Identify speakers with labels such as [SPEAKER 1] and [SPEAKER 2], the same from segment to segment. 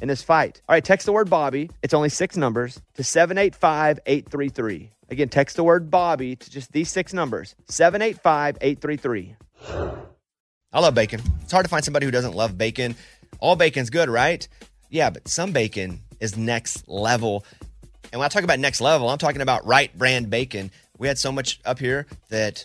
[SPEAKER 1] in this fight. All right, text the word Bobby. It's only six numbers to 785 833. Again, text the word Bobby to just these six numbers 785 833. I love bacon. It's hard to find somebody who doesn't love bacon. All bacon's good, right? Yeah, but some bacon is next level. And when I talk about next level, I'm talking about right brand bacon. We had so much up here that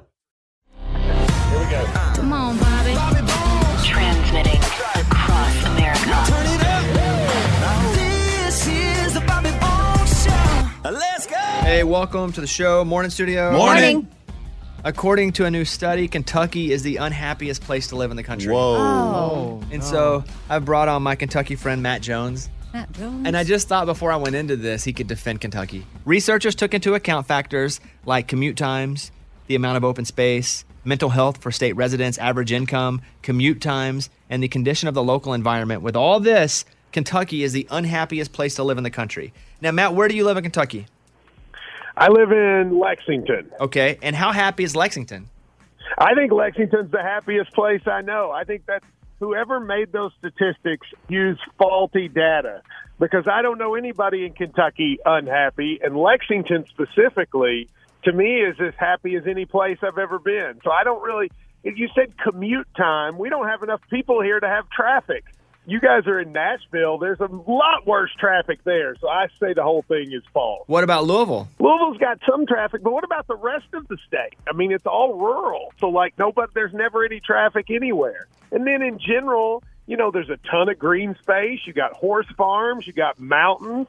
[SPEAKER 2] Come on, Bobby.
[SPEAKER 3] Transmitting across America.
[SPEAKER 4] Turn it up. This is the Bobby Bones Show. Let's go.
[SPEAKER 1] Hey, welcome to the show, Morning Studio.
[SPEAKER 5] Morning.
[SPEAKER 1] According to a new study, Kentucky is the unhappiest place to live in the country.
[SPEAKER 5] Whoa.
[SPEAKER 1] And so I brought on my Kentucky friend Matt Jones.
[SPEAKER 2] Matt Jones.
[SPEAKER 1] And I just thought before I went into this, he could defend Kentucky. Researchers took into account factors like commute times, the amount of open space, mental health for state residents, average income, commute times, and the condition of the local environment. With all this, Kentucky is the unhappiest place to live in the country. Now, Matt, where do you live in Kentucky?
[SPEAKER 6] I live in Lexington.
[SPEAKER 1] Okay. And how happy is Lexington?
[SPEAKER 6] I think Lexington's the happiest place I know. I think that whoever made those statistics used faulty data because I don't know anybody in Kentucky unhappy, and Lexington specifically, to me, is as happy as any place I've ever been. So I don't really. If you said commute time, we don't have enough people here to have traffic. You guys are in Nashville. There's a lot worse traffic there. So I say the whole thing is false.
[SPEAKER 1] What about Louisville?
[SPEAKER 6] Louisville's got some traffic, but what about the rest of the state? I mean, it's all rural, so like nobody, there's never any traffic anywhere. And then in general, you know, there's a ton of green space. You got horse farms, you got mountains.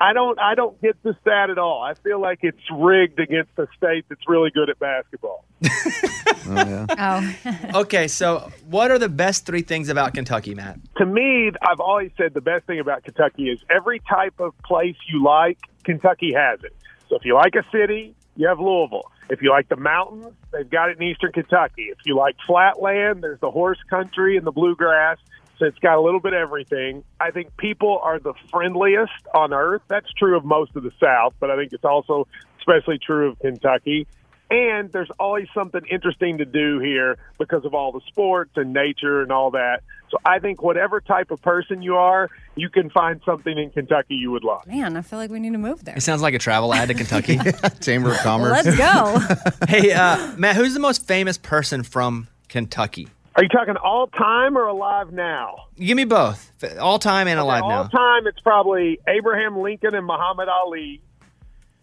[SPEAKER 6] I don't, I don't get the stat at all. I feel like it's rigged against a state that's really good at basketball.
[SPEAKER 2] Oh.
[SPEAKER 1] Okay, so what are the best three things about Kentucky, Matt?
[SPEAKER 6] To me, I've always said the best thing about Kentucky is every type of place you like, Kentucky has it. So if you like a city, you have Louisville. If you like the mountains, they've got it in eastern Kentucky. If you like flatland, there's the horse country and the bluegrass. So it's got a little bit of everything. I think people are the friendliest on earth. That's true of most of the South, but I think it's also especially true of Kentucky. And there's always something interesting to do here because of all the sports and nature and all that. So I think whatever type of person you are, you can find something in Kentucky you would like.
[SPEAKER 2] Man, I feel like we need to move there.
[SPEAKER 1] It sounds like a travel ad to Kentucky.
[SPEAKER 5] Chamber of Commerce.
[SPEAKER 2] Let's go.
[SPEAKER 1] hey, uh, Matt, who's the most famous person from Kentucky?
[SPEAKER 6] Are you talking all time or alive now?
[SPEAKER 1] Give me both, F- all time and alive
[SPEAKER 6] all
[SPEAKER 1] now.
[SPEAKER 6] time, it's probably Abraham Lincoln and Muhammad Ali.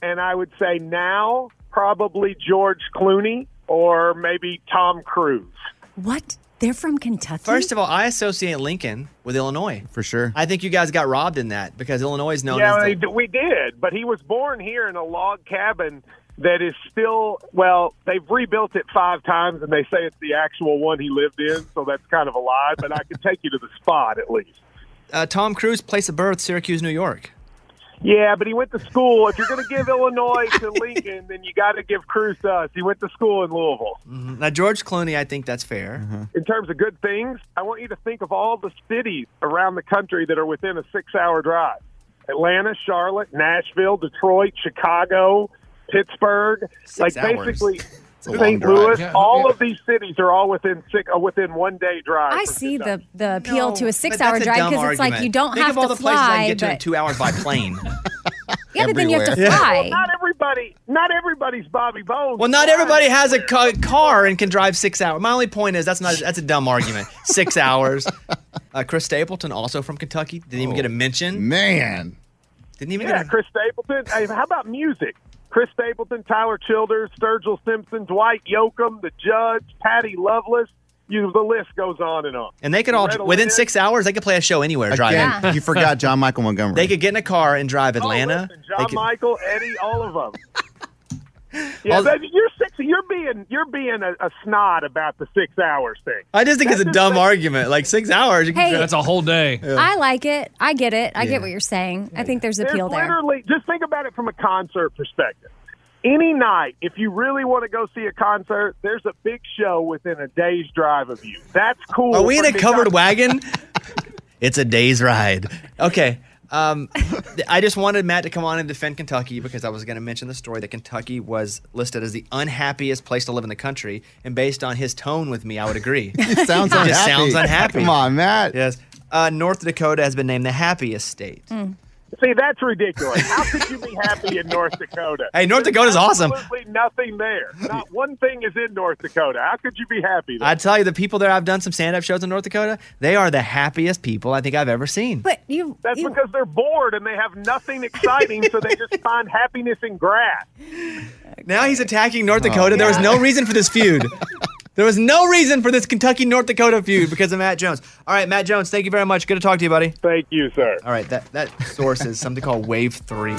[SPEAKER 6] And I would say now, probably George Clooney or maybe Tom Cruise.
[SPEAKER 2] what? They're from Kentucky.
[SPEAKER 1] First of all, I associate Lincoln with Illinois.
[SPEAKER 5] For sure.
[SPEAKER 1] I think you guys got robbed in that because Illinois is known
[SPEAKER 6] Yeah,
[SPEAKER 1] as.
[SPEAKER 6] we
[SPEAKER 1] the-
[SPEAKER 6] d- we did, but he was born here in a log cabin that is still well. They've rebuilt it five times, and they say it's the actual one he lived in, so that's kind of a lie. But I could take you to the spot at least.
[SPEAKER 1] uh, Tom Cruise, place of birth, Syracuse, New York.
[SPEAKER 6] Yeah, but he went to school. If you're going to give Illinois to Lincoln, then you got to give Cruz to us. He went to school in Louisville.
[SPEAKER 1] Mm-hmm. Now, George Clooney, I think that's fair.
[SPEAKER 5] Mm-hmm.
[SPEAKER 6] In terms of good things, I want you to think of all the cities around the country that are within a six hour drive Atlanta, Charlotte, Nashville, Detroit, Chicago, Pittsburgh.
[SPEAKER 1] Six
[SPEAKER 6] like
[SPEAKER 1] hours.
[SPEAKER 6] basically.
[SPEAKER 5] a long
[SPEAKER 6] St.
[SPEAKER 5] drive.
[SPEAKER 6] Louis,
[SPEAKER 5] Yeah.
[SPEAKER 6] all of these cities are all within six, uh, within one day drive.
[SPEAKER 2] I
[SPEAKER 6] from
[SPEAKER 2] see the,
[SPEAKER 6] Kentucky.
[SPEAKER 2] the appeal
[SPEAKER 1] No,
[SPEAKER 2] to a
[SPEAKER 1] but
[SPEAKER 2] six-hour
[SPEAKER 1] that's a
[SPEAKER 2] drive
[SPEAKER 1] dumb
[SPEAKER 2] because it's like
[SPEAKER 1] argument.
[SPEAKER 2] you don't
[SPEAKER 1] think of
[SPEAKER 2] have
[SPEAKER 1] all
[SPEAKER 2] to
[SPEAKER 1] the places I
[SPEAKER 2] fly.
[SPEAKER 1] can get to in
[SPEAKER 2] but-
[SPEAKER 1] two hours by plane.
[SPEAKER 2] yeah, but then you have to
[SPEAKER 5] everywhere.
[SPEAKER 2] fly.
[SPEAKER 6] Not every everybody, not everybody's Bobby Bones.
[SPEAKER 1] Well, not everybody has a ca- car and can drive six hours. My only point is that's not that's a dumb argument. Six hours. Uh, Chris Stapleton, also from Kentucky, didn't even get a mention.
[SPEAKER 7] Oh, Man.
[SPEAKER 1] didn't even
[SPEAKER 6] Yeah,
[SPEAKER 1] get. A,
[SPEAKER 6] Chris Stapleton. Hey, how about music? Chris Stapleton, Tyler Childers, Sturgill Simpson, Dwight Yoakam, the Judge, Patty Loveless. You, the list goes on and on.
[SPEAKER 1] and they could all
[SPEAKER 6] Loretta
[SPEAKER 1] within
[SPEAKER 6] Lynn.
[SPEAKER 1] six hours they could play a show anywhere driving.
[SPEAKER 7] Again, you forgot John Michael Montgomery.
[SPEAKER 1] They could get in a car and drive
[SPEAKER 6] Oh,
[SPEAKER 1] Atlanta.
[SPEAKER 6] listen,
[SPEAKER 1] They
[SPEAKER 6] John
[SPEAKER 1] could-
[SPEAKER 6] Michael, Eddie, all of them. Yeah,
[SPEAKER 1] All-
[SPEAKER 6] baby, you're six. You're being you're being a, a snot about the six hours thing.
[SPEAKER 1] I just think it's a
[SPEAKER 6] That's
[SPEAKER 1] dumb
[SPEAKER 6] just-
[SPEAKER 1] argument. Like six hours. You can
[SPEAKER 2] Hey.
[SPEAKER 1] drive-
[SPEAKER 8] That's a whole day.
[SPEAKER 2] I like it. I get it. I get what you're saying. I think there's appeal
[SPEAKER 6] There's
[SPEAKER 2] there.
[SPEAKER 6] literally, just think about it from a concert perspective. Any night, if you really want to go see a concert, there's a big show within a day's drive of you. That's cool.
[SPEAKER 1] Are we in
[SPEAKER 6] for
[SPEAKER 1] a covered
[SPEAKER 6] Kentucky.
[SPEAKER 1] wagon? it's a day's ride. Okay. Um, th- I just wanted Matt to come on and defend Kentucky because I was going to mention the story that Kentucky was listed as the unhappiest place to live in the country, and based on his tone with me, I would agree.
[SPEAKER 7] It sounds unhappy.
[SPEAKER 1] just sounds unhappy.
[SPEAKER 7] Come on, Matt.
[SPEAKER 1] yes, uh, North Dakota has been named the happiest state.
[SPEAKER 6] See, that's ridiculous. How could you be happy in North Dakota?
[SPEAKER 1] Hey, North
[SPEAKER 6] There's
[SPEAKER 1] Dakota's awesome.
[SPEAKER 6] Absolutely nothing there. Not one thing is in North Dakota. How could you be happy? There?
[SPEAKER 1] I tell you, the people there, I've done some stand-up shows in North Dakota. They are the happiest people I think I've ever seen.
[SPEAKER 2] But you,
[SPEAKER 6] That's
[SPEAKER 2] you
[SPEAKER 6] because they're bored and they have nothing exciting, so they just find happiness in grass.
[SPEAKER 1] Now he's attacking North Dakota. There was
[SPEAKER 2] Yeah.
[SPEAKER 1] no reason for this feud. there was no reason for this Kentucky North Dakota feud because of Matt Jones. All right, Matt Jones, thank you very much. Good to talk to you, buddy.
[SPEAKER 6] Thank you, sir.
[SPEAKER 1] All right, that, that source is something called Wave 3.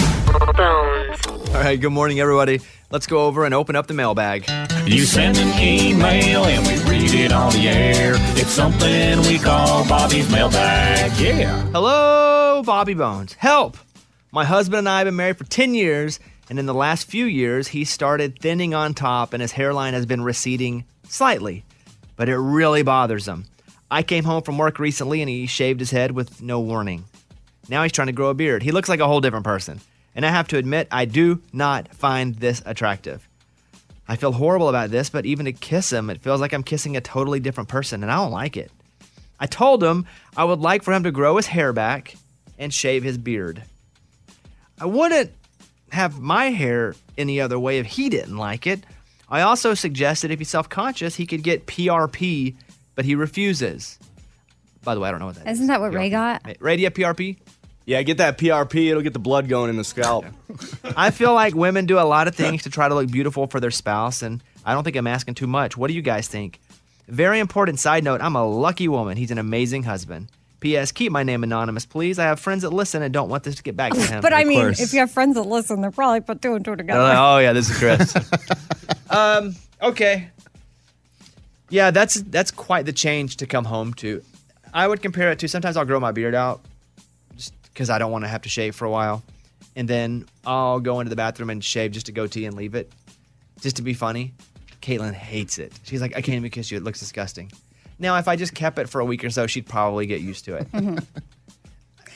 [SPEAKER 9] Bones.
[SPEAKER 1] All right, good morning, everybody. Let's go over and open up the mailbag.
[SPEAKER 8] You send an email and we read it on the air. It's something we call Bobby's mailbag. Yeah.
[SPEAKER 1] Hello, Bobby Bones. Help! My husband and I have been married for 10 years, and in the last few years, he started thinning on top and his hairline has been receding slightly, but it really bothers him. I came home from work recently and he shaved his head with no warning. Now he's trying to grow a beard. He looks like a whole different person. And I have to admit, I do not find this attractive. I feel horrible about this, but even to kiss him, it feels like I'm kissing a totally different person, and I don't like it. I told him I would like for him to grow his hair back and shave his beard. I wouldn't have my hair any other way if he didn't like it. I also suggested if he's self conscious, he could get PRP, but he refuses. By the way, I don't know what that is.
[SPEAKER 2] Isn't that what Ray got?
[SPEAKER 1] Ray, do you have PRP?
[SPEAKER 10] Yeah, get that PRP. It'll get the blood going in the scalp.
[SPEAKER 1] I feel like women do a lot of things to try to look beautiful for their spouse, and I don't think I'm asking too much. What do you guys think? Very important side note I'm a lucky woman. He's an amazing husband. P.S. Keep my name anonymous, please. I have friends that listen and don't want this to get back to him.
[SPEAKER 2] But I mean,
[SPEAKER 10] course.
[SPEAKER 2] if you have friends that listen, they're probably put two and two together.
[SPEAKER 1] They're like, oh yeah, this is Chris. um, okay. Yeah, that's that's quite the change to come home to. I would compare it to sometimes I'll grow my beard out just because I don't want to have to shave for a while, and then I'll go into the bathroom and shave just a goatee and leave it, just to be funny. Caitlin hates it. She's like, I can't even kiss you. It looks disgusting. Now, if I just kept it for a week or so, she'd probably get used to it.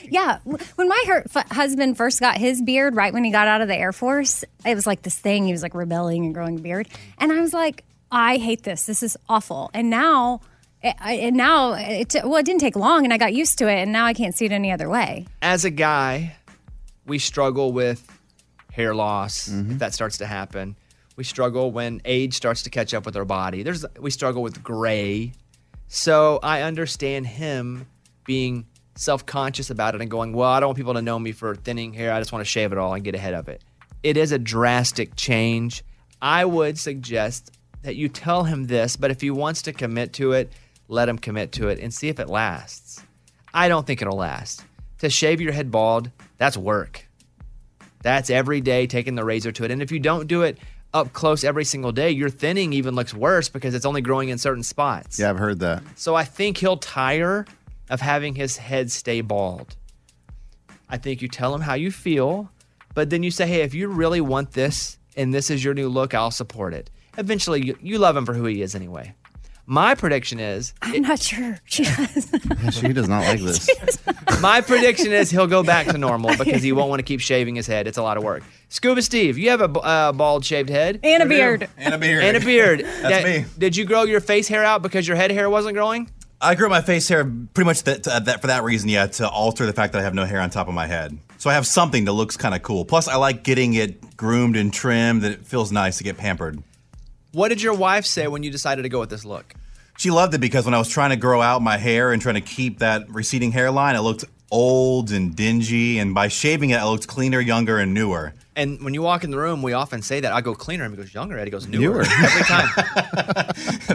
[SPEAKER 2] Yeah. W- When my her- f- husband first got his beard, right when he got out of the Air Force, it was like this thing. He was like rebelling and growing a beard. And I was like, I hate this. This is awful. And now, it, I- and now, it, t- well, it didn't take long and I got used to it. And now I can't see it any other way.
[SPEAKER 1] as a guy, we struggle with hair loss if that starts to happen. We struggle when age starts to catch up with our body. There's we struggle with gray. So I understand him being self-conscious about it and going, "Well, I don't want people to know me for thinning hair. I just want to shave it all and get ahead of it." It is a drastic change. I would suggest that you tell him this, but if he wants to commit to it, let him commit to it and see if it lasts. I don't think it'll last. To shave your head bald, that's work. That's every day taking the razor to it. And if you don't do it up close every single day, your thinning even looks worse because it's only growing in certain spots.
[SPEAKER 7] Yeah, I've heard that.
[SPEAKER 1] So I think he'll tire of having his head stay bald. I think you tell him how you feel, but then you say, hey, if you really want this and this is your new look, I'll support it. Eventually, you, you love him for who he is anyway. My prediction is
[SPEAKER 2] I'm not sure. She does.
[SPEAKER 7] She does not like this.
[SPEAKER 1] My prediction is he'll go back to normal because he won't want to keep shaving his head. It's a lot of work. Scuba Steve, you have a b- uh, bald shaved head
[SPEAKER 2] and a beard.
[SPEAKER 10] and a beard.
[SPEAKER 1] and a beard.
[SPEAKER 10] That's me.
[SPEAKER 1] Did you grow your face hair out because your head hair wasn't growing?
[SPEAKER 5] uh,
[SPEAKER 10] I grew my face hair pretty much that, to- that for that reason, yeah, to alter the fact that I have no hair on top of my head.
[SPEAKER 5] So I have something that looks kind of cool. Plus, I like getting it groomed and trimmed, and it feels nice to get pampered.
[SPEAKER 1] What did your wife say when you decided to go with this look?
[SPEAKER 5] She loved it because when I was trying to grow out my hair and trying to keep that receding hairline, I looked old and dingy. And by shaving it, I looked cleaner, younger, and newer.
[SPEAKER 1] And when you walk in the room, we often say that I go cleaner, and he goes younger, Eddie goes newer. every time.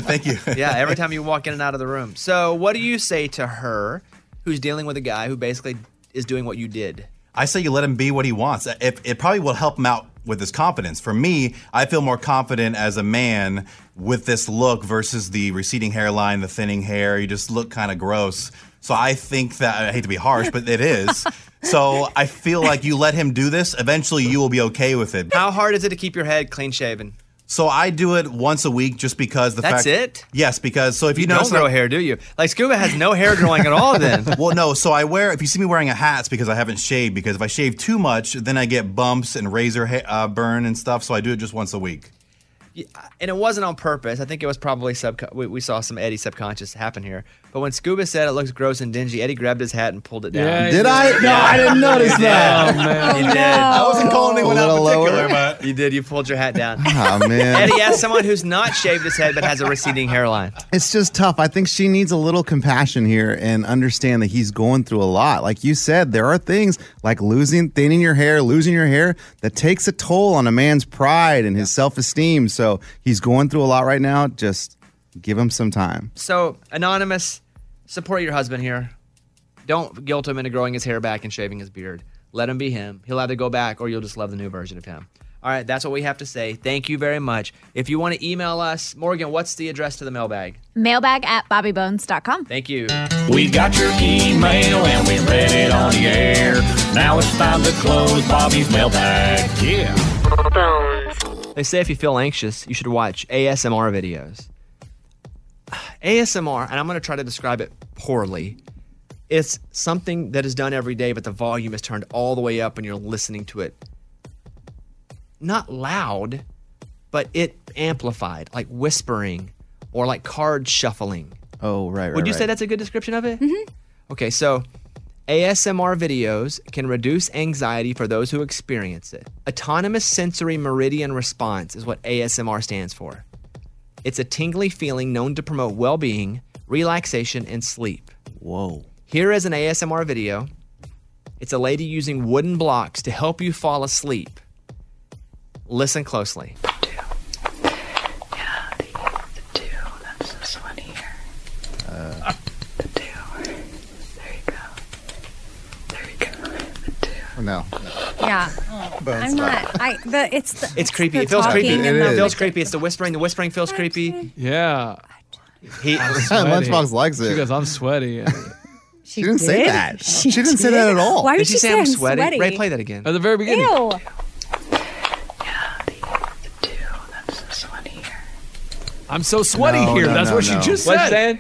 [SPEAKER 5] Thank you.
[SPEAKER 1] yeah, every time you walk in and out of the room. So, what do you say to her, who's dealing with a guy who basically is doing what you did?
[SPEAKER 5] I say you let him be what he wants. It, it probably will help him out with his confidence. For me, I feel more confident as a man with this look versus the receding hairline, the thinning hair. You just look kind of gross. So I think that I hate to be harsh, but it is. so I feel like you let him do this, eventually you will be okay with it.
[SPEAKER 1] How hard is it to keep your head clean shaven?
[SPEAKER 5] So I do it once a week just because the
[SPEAKER 1] That's
[SPEAKER 5] fact
[SPEAKER 1] it?
[SPEAKER 5] Yes, because so if you,
[SPEAKER 1] You don't
[SPEAKER 5] notice
[SPEAKER 1] grow hair, do you? Like Scuba has no hair growing at all then.
[SPEAKER 5] well, no. So I wear, if you see me wearing a hat, it's because I haven't shaved. Because if I shave too much, then I get bumps and razor ha- uh, burn and stuff. So I do it just once a week.
[SPEAKER 1] and it wasn't on purpose. I think it was probably sub. We, we saw some Eddie subconscious happen here. But when Scuba said it looks gross and dingy, Eddie grabbed his hat and pulled it down.
[SPEAKER 7] Yeah, he Did did. I? No, I didn't notice
[SPEAKER 1] You did.
[SPEAKER 7] that. Oh, man.
[SPEAKER 1] You
[SPEAKER 7] Oh,
[SPEAKER 1] did.
[SPEAKER 7] no. I wasn't calling anyone A out little particular, lower.
[SPEAKER 5] but
[SPEAKER 1] you did. You pulled your hat down.
[SPEAKER 7] Oh, man.
[SPEAKER 1] Eddie asked someone who's not shaved his head but has a receding hairline.
[SPEAKER 7] It's just tough. I think she needs a little compassion here and understand that he's going through a lot. Like you said, there are things like losing, thinning your hair, losing your hair that takes a toll on a man's pride and his self esteem. So he's going through a lot right now. Just give him some time.
[SPEAKER 1] So anonymous, support your husband here. Don't guilt him into growing his hair back and shaving his beard. Let him be him. He'll either go back or you'll just love the new version of him. All right, that's what we have to say. Thank you very much. If you want to email us, Morgan, what's the address to the mailbag?
[SPEAKER 11] Mailbag at bobbybones.com.
[SPEAKER 1] Thank you.
[SPEAKER 8] We got your email and we read it on the air. Now it's time to close Bobby's mailbag. Yeah.
[SPEAKER 1] They say if you feel anxious, you should watch ASMR videos. ASMR, and I'm going to try to describe it poorly. It's something that is done every day, but the volume is turned all the way up and you're listening to it. Not loud, but it amplified, like whispering or like card shuffling.
[SPEAKER 7] Oh, right, right.
[SPEAKER 1] Would you say
[SPEAKER 7] right.
[SPEAKER 1] that's a good description of it? Mm-hmm. Okay, so ASMR videos can reduce anxiety for those who experience it. Autonomous sensory meridian response is what ASMR stands for. It's a tingly feeling known to promote well being, relaxation, and sleep.
[SPEAKER 7] Whoa.
[SPEAKER 1] Here is an ASMR video. It's a lady using wooden blocks to help you fall asleep. Listen closely.
[SPEAKER 9] That's this one here.
[SPEAKER 7] No.
[SPEAKER 2] Yeah.
[SPEAKER 7] Bones
[SPEAKER 2] I'm not. I. The, it's. The,
[SPEAKER 1] It's creepy.
[SPEAKER 2] the
[SPEAKER 1] It feels creepy.
[SPEAKER 2] talking
[SPEAKER 1] It,
[SPEAKER 2] and the-
[SPEAKER 1] feels creepy. It's the whispering. The whispering feels creepy.
[SPEAKER 12] Yeah.
[SPEAKER 1] He,
[SPEAKER 12] sweaty.
[SPEAKER 7] Lunchbox likes it.
[SPEAKER 12] She goes, I'm sweaty.
[SPEAKER 7] She, didn't say that. She, didn't say that at all.
[SPEAKER 12] Did she say I'm
[SPEAKER 1] sweaty? Ray, play that again.
[SPEAKER 12] At the very beginning.
[SPEAKER 2] Ew.
[SPEAKER 12] I'm so sweaty here. That's what she just said.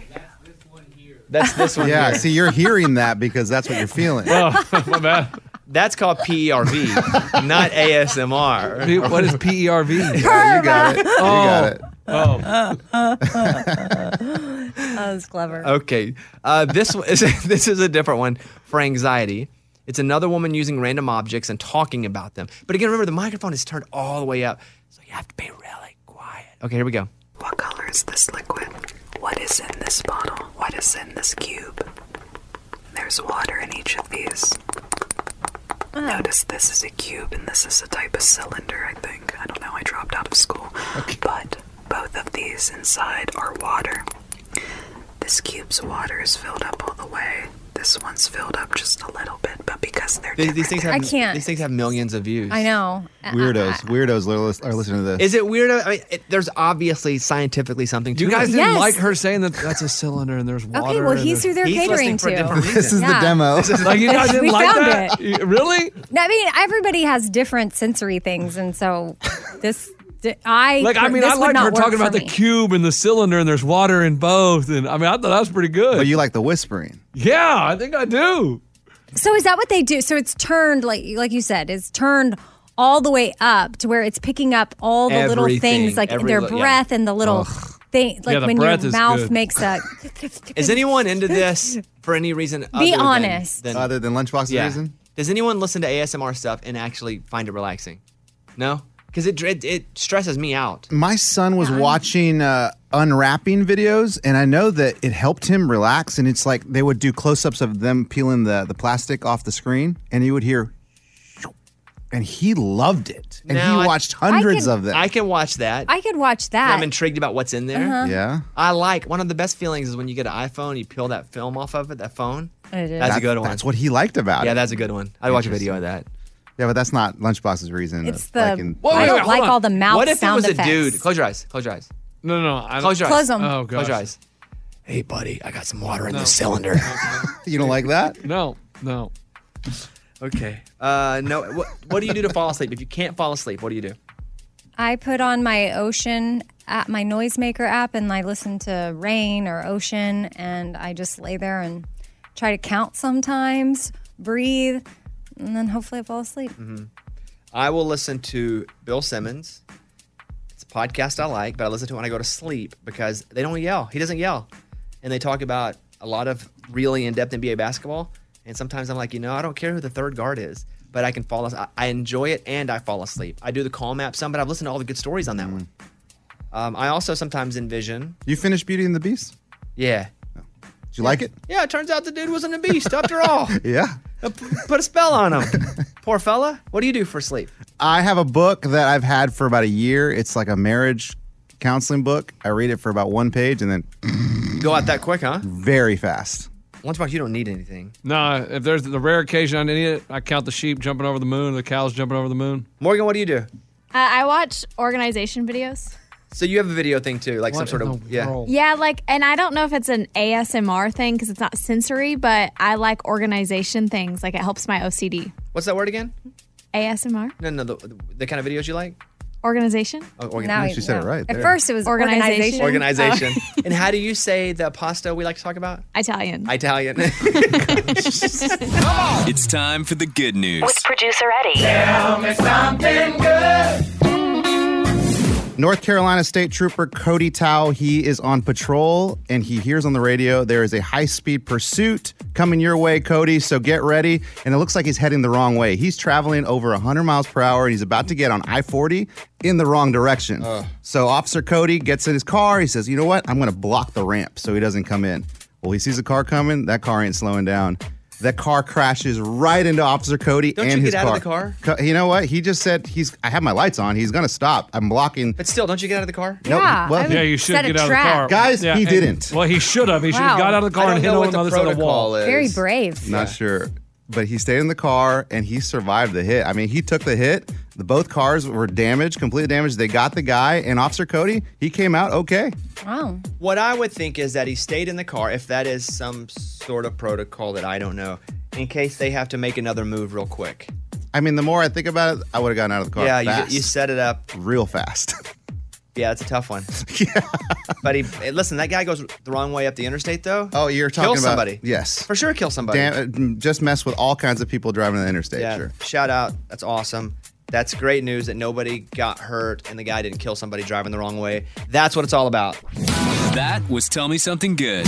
[SPEAKER 1] That's this one.
[SPEAKER 7] Yeah,
[SPEAKER 1] here. Oh,
[SPEAKER 7] see, you're hearing that because that's what you're feeling.
[SPEAKER 1] my bad. That's called PERV, not ASMR.
[SPEAKER 12] What is PERV?
[SPEAKER 7] you got it. You got it.
[SPEAKER 12] Oh.
[SPEAKER 2] that was clever.
[SPEAKER 1] Oh. Okay. Uh, this one is, this is a different one for anxiety. It's another woman using random objects and talking about them. But again, remember the microphone is turned all the way up. So you have to be really quiet. Okay, here we go.
[SPEAKER 9] What color is this liquid? What is in this bottle? What is in this cube? There's water in each of these. Notice this is a cube and this is a type of cylinder, I think. I don't know, I dropped out of school. But both of these inside are water. This cube's water is filled up all the way. This one's filled up just a little bit, but because they're
[SPEAKER 1] These, these things have
[SPEAKER 2] I can't.
[SPEAKER 1] these things have millions of views.
[SPEAKER 2] I know. I-
[SPEAKER 7] Weirdos. Weirdos are lis- are listening to this.
[SPEAKER 1] Is it weird? I mean, it, there's obviously scientifically something.
[SPEAKER 12] You
[SPEAKER 1] to
[SPEAKER 12] guys
[SPEAKER 1] it.
[SPEAKER 12] didn't like her saying that that's a cylinder and there's water.
[SPEAKER 2] Okay, well,
[SPEAKER 12] and
[SPEAKER 2] he's who
[SPEAKER 12] there's-
[SPEAKER 2] they're catering
[SPEAKER 1] listening for a
[SPEAKER 2] to.
[SPEAKER 1] different reason. This
[SPEAKER 7] is the
[SPEAKER 2] Yeah.
[SPEAKER 7] demo.
[SPEAKER 12] Like, Oh, you guys didn't
[SPEAKER 2] We
[SPEAKER 12] like
[SPEAKER 2] found
[SPEAKER 12] that? You- Really?
[SPEAKER 2] No, I mean, everybody has different sensory things, and so this, di- I
[SPEAKER 12] Like, I mean,
[SPEAKER 2] this
[SPEAKER 12] I
[SPEAKER 2] would
[SPEAKER 12] like
[SPEAKER 2] not
[SPEAKER 12] her
[SPEAKER 2] work
[SPEAKER 12] talking
[SPEAKER 2] for
[SPEAKER 12] about the
[SPEAKER 2] me.
[SPEAKER 12] cube and the cylinder and there's water in both. And I mean, I thought that was pretty good.
[SPEAKER 7] But you like the whispering.
[SPEAKER 12] yeah, I think I do.
[SPEAKER 2] So is that what they do? So it's turned like like you said, it's turned all the way up to where it's picking up all the little
[SPEAKER 1] Everything,
[SPEAKER 2] things, like
[SPEAKER 1] every
[SPEAKER 2] their
[SPEAKER 1] li- yeah.
[SPEAKER 2] breath and the little thing, like
[SPEAKER 1] the
[SPEAKER 2] when
[SPEAKER 1] breath
[SPEAKER 2] your
[SPEAKER 1] is
[SPEAKER 2] mouth
[SPEAKER 1] good.
[SPEAKER 2] makes a.
[SPEAKER 1] Is anyone into this for any reason?
[SPEAKER 2] Be
[SPEAKER 1] other than-
[SPEAKER 2] honest.
[SPEAKER 1] than-
[SPEAKER 7] Other than Lunchbox's
[SPEAKER 1] Yeah.
[SPEAKER 7] reason?
[SPEAKER 1] Does anyone listen to ASMR stuff and actually find it relaxing? No, because it, it it stresses me out.
[SPEAKER 7] My son was watching uh, unwrapping videos, and I know that it helped him relax. And it's like they would do close ups of them peeling the, the plastic off the screen, and he would hear, and he loved it. And
[SPEAKER 1] No, I-
[SPEAKER 7] he watched hundreds of them.
[SPEAKER 1] I can watch that.
[SPEAKER 2] I could watch that.
[SPEAKER 1] I'm intrigued about what's in there.
[SPEAKER 2] Uh-huh.
[SPEAKER 7] Yeah.
[SPEAKER 1] I like one of the best feelings is when you get an iPhone, you peel that film off of it, that phone.
[SPEAKER 2] It is.
[SPEAKER 1] That's a
[SPEAKER 7] That-
[SPEAKER 1] good one.
[SPEAKER 7] That's what he liked about it.
[SPEAKER 1] Yeah, that's a good one. I'd watch a video of that.
[SPEAKER 7] Yeah, but that's not Lunchbox's reason.
[SPEAKER 2] It's
[SPEAKER 7] of
[SPEAKER 2] the-
[SPEAKER 7] liking-
[SPEAKER 2] Whoa, I wait, don't wait, hold like on. all the mouth
[SPEAKER 1] What if
[SPEAKER 2] sound
[SPEAKER 1] it was
[SPEAKER 2] effects.
[SPEAKER 1] a dude? Close your eyes. Close your eyes.
[SPEAKER 12] No, no, I
[SPEAKER 1] Close your eyes.
[SPEAKER 2] Close them.
[SPEAKER 12] Oh,
[SPEAKER 1] Close your
[SPEAKER 12] gosh.
[SPEAKER 1] eyes. Hey, buddy, I got some water in this cylinder.
[SPEAKER 7] you don't like that?
[SPEAKER 12] No, no.
[SPEAKER 1] Okay. Uh, no. What, what do you do to fall asleep? If you can't fall asleep, what do you do?
[SPEAKER 2] I put on my ocean app, my noisemaker app, and I listen to rain or ocean, and I just lay there and try to count sometimes, breathe, and then hopefully I fall asleep.
[SPEAKER 1] Mm-hmm. I will listen to Bill Simmons. It's a podcast I like, but I listen to it when I go to sleep because they don't yell. He doesn't yell. And they talk about a lot of really in depth NBA basketball. And sometimes I'm like, you know, I don't care who the third guard is, but I can fall asleep. I enjoy it and I fall asleep. I do the calm app some, but I've listened to all the good stories on that one. Um, I also sometimes envision.
[SPEAKER 7] Mm. You finished Beauty and the Beast? Oh.
[SPEAKER 1] Yeah.
[SPEAKER 7] Did you like it?
[SPEAKER 1] Yeah, it turns out the dude wasn't a beast after all.
[SPEAKER 7] Yeah.
[SPEAKER 1] Put a spell on him. Poor fella. What do you do for sleep?
[SPEAKER 7] I have a book that I've had for about a year. It's like a marriage counseling book. I read it for about one page and then
[SPEAKER 1] You go out that quick, huh?
[SPEAKER 7] very fast.
[SPEAKER 1] Lunchbox, you don't need anything.
[SPEAKER 12] No, if there's the rare occasion I need it, I count the sheep jumping over the moon, the cows jumping over the moon.
[SPEAKER 1] Morgan, what do you do?
[SPEAKER 11] Uh, I watch organization videos.
[SPEAKER 1] So you have a video thing too, like some sort of yeah.
[SPEAKER 11] Yeah, like, and I don't know if it's an ASMR thing because it's not sensory, but I like organization things. Like, it helps my OCD.
[SPEAKER 1] What's that word again?
[SPEAKER 11] ASMR?
[SPEAKER 1] No, no, the, the kind of videos you like.
[SPEAKER 11] Organization?
[SPEAKER 1] Oh, organ-
[SPEAKER 11] Now you-
[SPEAKER 7] said it no. right
[SPEAKER 11] At there. first it was organization. Oh.
[SPEAKER 1] Organization. and how do you say the pasta we like to talk about?
[SPEAKER 11] Italian.
[SPEAKER 1] Italian.
[SPEAKER 13] It's time for the good news.
[SPEAKER 14] With producer Eddie.
[SPEAKER 4] Tell me something good.
[SPEAKER 7] North Carolina State Trooper Cody Tao, he is on patrol and he hears on the radio there is a high-speed pursuit coming your way, Cody, so get ready. And it looks like he's heading the wrong way. He's traveling over 100 miles per hour and he's about to get on I-40 in the wrong direction. So Officer Cody gets in his car. He says, "You know what? I'm going to block the ramp so he doesn't come in." Well, he sees a car coming. That car ain't slowing down. That car crashes right into Officer Cody
[SPEAKER 1] Don't
[SPEAKER 7] and
[SPEAKER 1] you
[SPEAKER 7] his
[SPEAKER 1] get out
[SPEAKER 7] car.
[SPEAKER 1] of the car?
[SPEAKER 7] Co- You know what? He just said he's. I have my lights on. He's gonna stop. I'm blocking.
[SPEAKER 1] but still, don't you get out of the car?
[SPEAKER 7] Nope. Yeah, Well- I would
[SPEAKER 12] yeah, you should
[SPEAKER 7] set a
[SPEAKER 12] get out
[SPEAKER 7] trap.
[SPEAKER 12] of the car,
[SPEAKER 7] Guys, he
[SPEAKER 12] and-
[SPEAKER 7] didn't.
[SPEAKER 12] Well, he should have. He should have
[SPEAKER 2] Wow.
[SPEAKER 12] got out of the
[SPEAKER 1] I
[SPEAKER 12] car
[SPEAKER 1] don't
[SPEAKER 12] and hit on
[SPEAKER 1] know what the
[SPEAKER 12] another side of the wall.
[SPEAKER 2] Very brave.
[SPEAKER 7] Not sure. But he stayed in the car and he survived the hit. I mean, he took the hit. The both cars were damaged, completely damaged. They got the guy and Officer Cody. He came out okay.
[SPEAKER 2] Wow.
[SPEAKER 1] What I would think is that he stayed in the car, if that is some sort of protocol that I don't know, in case they have to make another move real quick.
[SPEAKER 7] I mean, the more I think about it, I would have gotten out of the car.
[SPEAKER 1] yeah,
[SPEAKER 7] fast.
[SPEAKER 1] you, you set it up.
[SPEAKER 7] real fast.
[SPEAKER 1] Yeah, it's a tough one. yeah. But he, hey, listen, that guy goes the wrong way up the interstate, though.
[SPEAKER 7] Oh, you're talking
[SPEAKER 1] Kill
[SPEAKER 7] about
[SPEAKER 1] somebody.
[SPEAKER 7] Yes,
[SPEAKER 1] For sure, kill somebody.
[SPEAKER 7] Dam- just mess with all kinds of people driving on the interstate.
[SPEAKER 1] Yeah.
[SPEAKER 7] Sure.
[SPEAKER 1] Shout out. That's awesome. That's great news that nobody got hurt and the guy didn't kill somebody driving the wrong way. That's what it's all about.
[SPEAKER 13] That was Tell Me Something Good.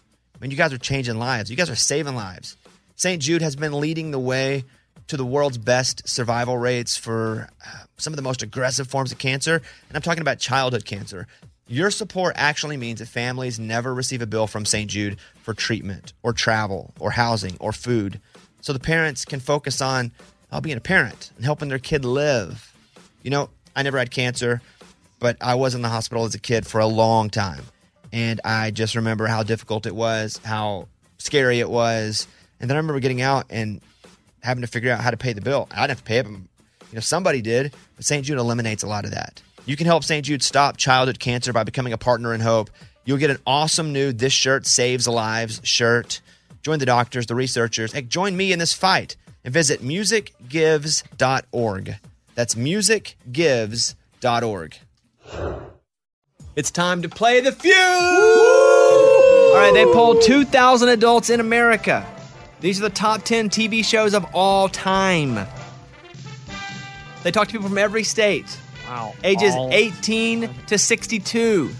[SPEAKER 1] I mean, you guys are changing lives. You guys are saving lives. St. Jude has been leading the way to the world's best survival rates for uh, some of the most aggressive forms of cancer, and I'm talking about childhood cancer. Your support actually means that families never receive a bill from St. Jude for treatment or travel or housing or food.
[SPEAKER 15] so the parents can focus on oh, being a parent and helping their kid live. You know, I never had cancer, but I was in the hospital as a kid for a long time. And I just remember how difficult it was, how scary it was. And then I remember getting out and having to figure out how to pay the bill. I didn't have to pay it, but you know, somebody did. But St. Jude eliminates a lot of that. You can help St. Jude stop childhood cancer by becoming a partner in hope. You'll get an awesome new This Shirt Saves Lives shirt. Join the doctors, the researchers. Hey, join me in this fight and visit musicgives.org. That's musicgives.org.
[SPEAKER 1] It's time to play the feud. All right, they polled 2,000 adults in America. These are the top 10 TV shows of all time. They talked to people from every state,
[SPEAKER 12] Wow.
[SPEAKER 1] ages
[SPEAKER 12] All-
[SPEAKER 1] 18 to 62.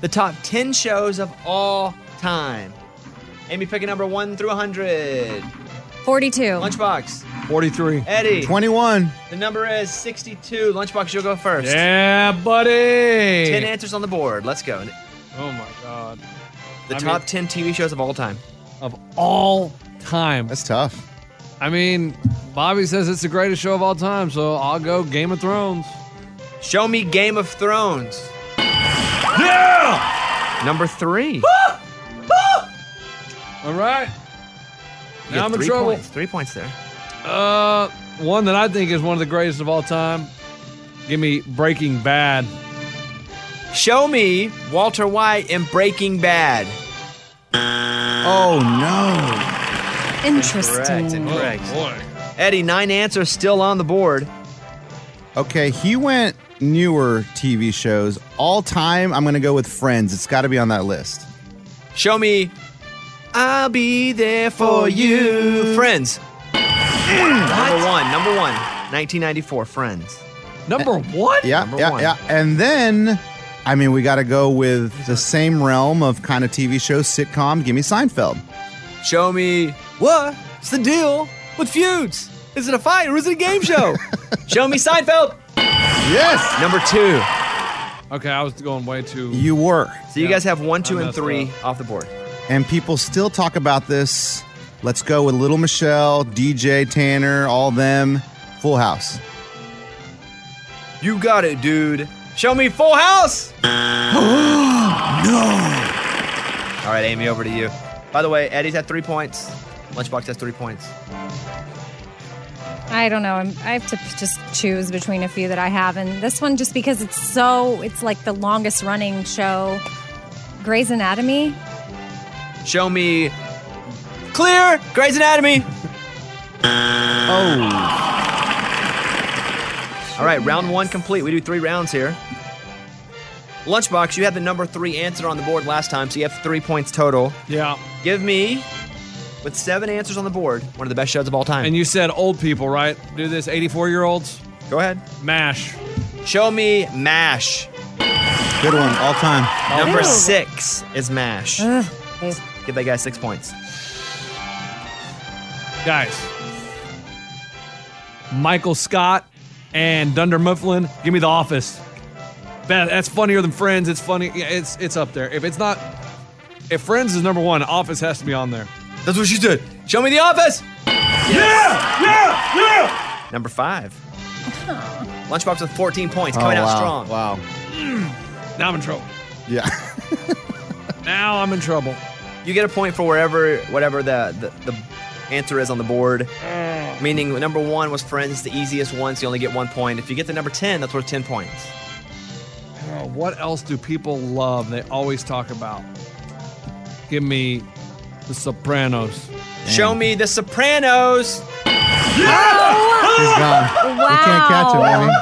[SPEAKER 1] The top 10 shows of all time. Amy, pick a number 1 through 100.
[SPEAKER 2] 42.
[SPEAKER 1] Lunchbox.
[SPEAKER 12] 43.
[SPEAKER 1] Eddie.
[SPEAKER 7] 21.
[SPEAKER 1] The number is 62. Lunchbox, you'll go first.
[SPEAKER 12] Yeah, buddy.
[SPEAKER 1] 10 answers on the board. Let's go.
[SPEAKER 12] Oh my god.
[SPEAKER 1] The
[SPEAKER 12] I
[SPEAKER 1] top
[SPEAKER 12] mean-
[SPEAKER 1] 10 TV shows of all time.
[SPEAKER 12] Of all time. That's
[SPEAKER 7] tough.
[SPEAKER 12] I mean, Bobby says it's the greatest show of all time, so I'll go Game of Thrones.
[SPEAKER 1] Show me Game of Thrones. Yeah! Number three.
[SPEAKER 12] All right.
[SPEAKER 1] You
[SPEAKER 12] Now
[SPEAKER 1] have
[SPEAKER 12] I'm in
[SPEAKER 1] three
[SPEAKER 12] trouble.
[SPEAKER 1] points. Three points there.
[SPEAKER 12] Uh, one that I think is one of the greatest of all time. Give me Breaking Bad.
[SPEAKER 1] Show me Walter White in Breaking Bad.
[SPEAKER 7] Oh no.
[SPEAKER 1] Incorrect. Incorrect.
[SPEAKER 12] Oh,
[SPEAKER 1] Eddie, nine answers still on the board.
[SPEAKER 7] Okay, he went newer TV shows. All time, I'm going to go with Friends. It's got to be on that list.
[SPEAKER 1] Show me I'll be there for you. Friends.
[SPEAKER 7] Hmm.
[SPEAKER 1] number one. Number one. 1994. Friends. Uh,
[SPEAKER 12] Number what?
[SPEAKER 7] Yeah,
[SPEAKER 1] Number
[SPEAKER 7] yeah,
[SPEAKER 1] one.
[SPEAKER 7] yeah. And then, I mean, we got to go with the same realm of kind of TV show sitcom. Give me Seinfeld.
[SPEAKER 1] Show me what's the deal with feuds. Is it a fight or is it a game show? Show me Seinfeld.
[SPEAKER 7] Yes.
[SPEAKER 1] Number two.
[SPEAKER 12] Okay, I was going way too.
[SPEAKER 7] You were.
[SPEAKER 1] So you guys have one, two,
[SPEAKER 12] I
[SPEAKER 1] and
[SPEAKER 12] messed
[SPEAKER 1] three off the board.
[SPEAKER 7] And people still talk about this. Let's go with Little Michelle, DJ Tanner, all them. Full House.
[SPEAKER 1] You got it, dude. Show me Full House.
[SPEAKER 7] no.
[SPEAKER 1] All right, Amy, over to you. By the way, Eddie's at three points. Lunchbox has three points.
[SPEAKER 2] I don't know. I'm, I have to p- just choose between a few that I have, and this one just because it's so it's like the longest running show, Grey's Anatomy.
[SPEAKER 1] Show me clear Grey's Anatomy.
[SPEAKER 7] Oh.
[SPEAKER 1] All right, round one complete. We do three rounds here. Lunchbox, you had the number three answer on the board last time, so you have three points total.
[SPEAKER 12] Yeah.
[SPEAKER 1] Give me, with seven answers on the board, one of the best shows of all time.
[SPEAKER 12] And you said old people, right? Do this 84 year olds?
[SPEAKER 1] Go ahead.
[SPEAKER 12] MASH.
[SPEAKER 1] Show me MASH.
[SPEAKER 7] Good one, all time.
[SPEAKER 1] Number
[SPEAKER 12] Ew.
[SPEAKER 1] six is MASH.
[SPEAKER 2] Ugh.
[SPEAKER 1] Give that guy six points.
[SPEAKER 12] Guys, Michael Scott and Dunder Mifflin, give me The Office. That, that's funnier than Friends. It's funny. yeah, It's it's up there. If it's not, if Friends is number one, Office has to be on there.
[SPEAKER 1] That's what she said. Show me The Office.
[SPEAKER 12] Yeah, yeah, yeah.
[SPEAKER 1] Number five.
[SPEAKER 2] Oh.
[SPEAKER 1] Lunchbox with 14 points,
[SPEAKER 7] Oh,
[SPEAKER 1] coming out
[SPEAKER 7] wow,
[SPEAKER 1] strong.
[SPEAKER 7] Wow.
[SPEAKER 12] Now I'm in trouble.
[SPEAKER 7] Yeah.
[SPEAKER 12] Now I'm in trouble.
[SPEAKER 1] You get a point for wherever, whatever the, the, the answer is on the board.
[SPEAKER 4] Mm.
[SPEAKER 1] Meaning, number one was friends, it's the easiest one, so you only get one point. If you get the number 10, that's worth 10 points.
[SPEAKER 12] Oh, what else do people love? They always talk about. Give me The Sopranos.
[SPEAKER 1] Show me The Sopranos.
[SPEAKER 7] He's gone. We can't catch him, Amy.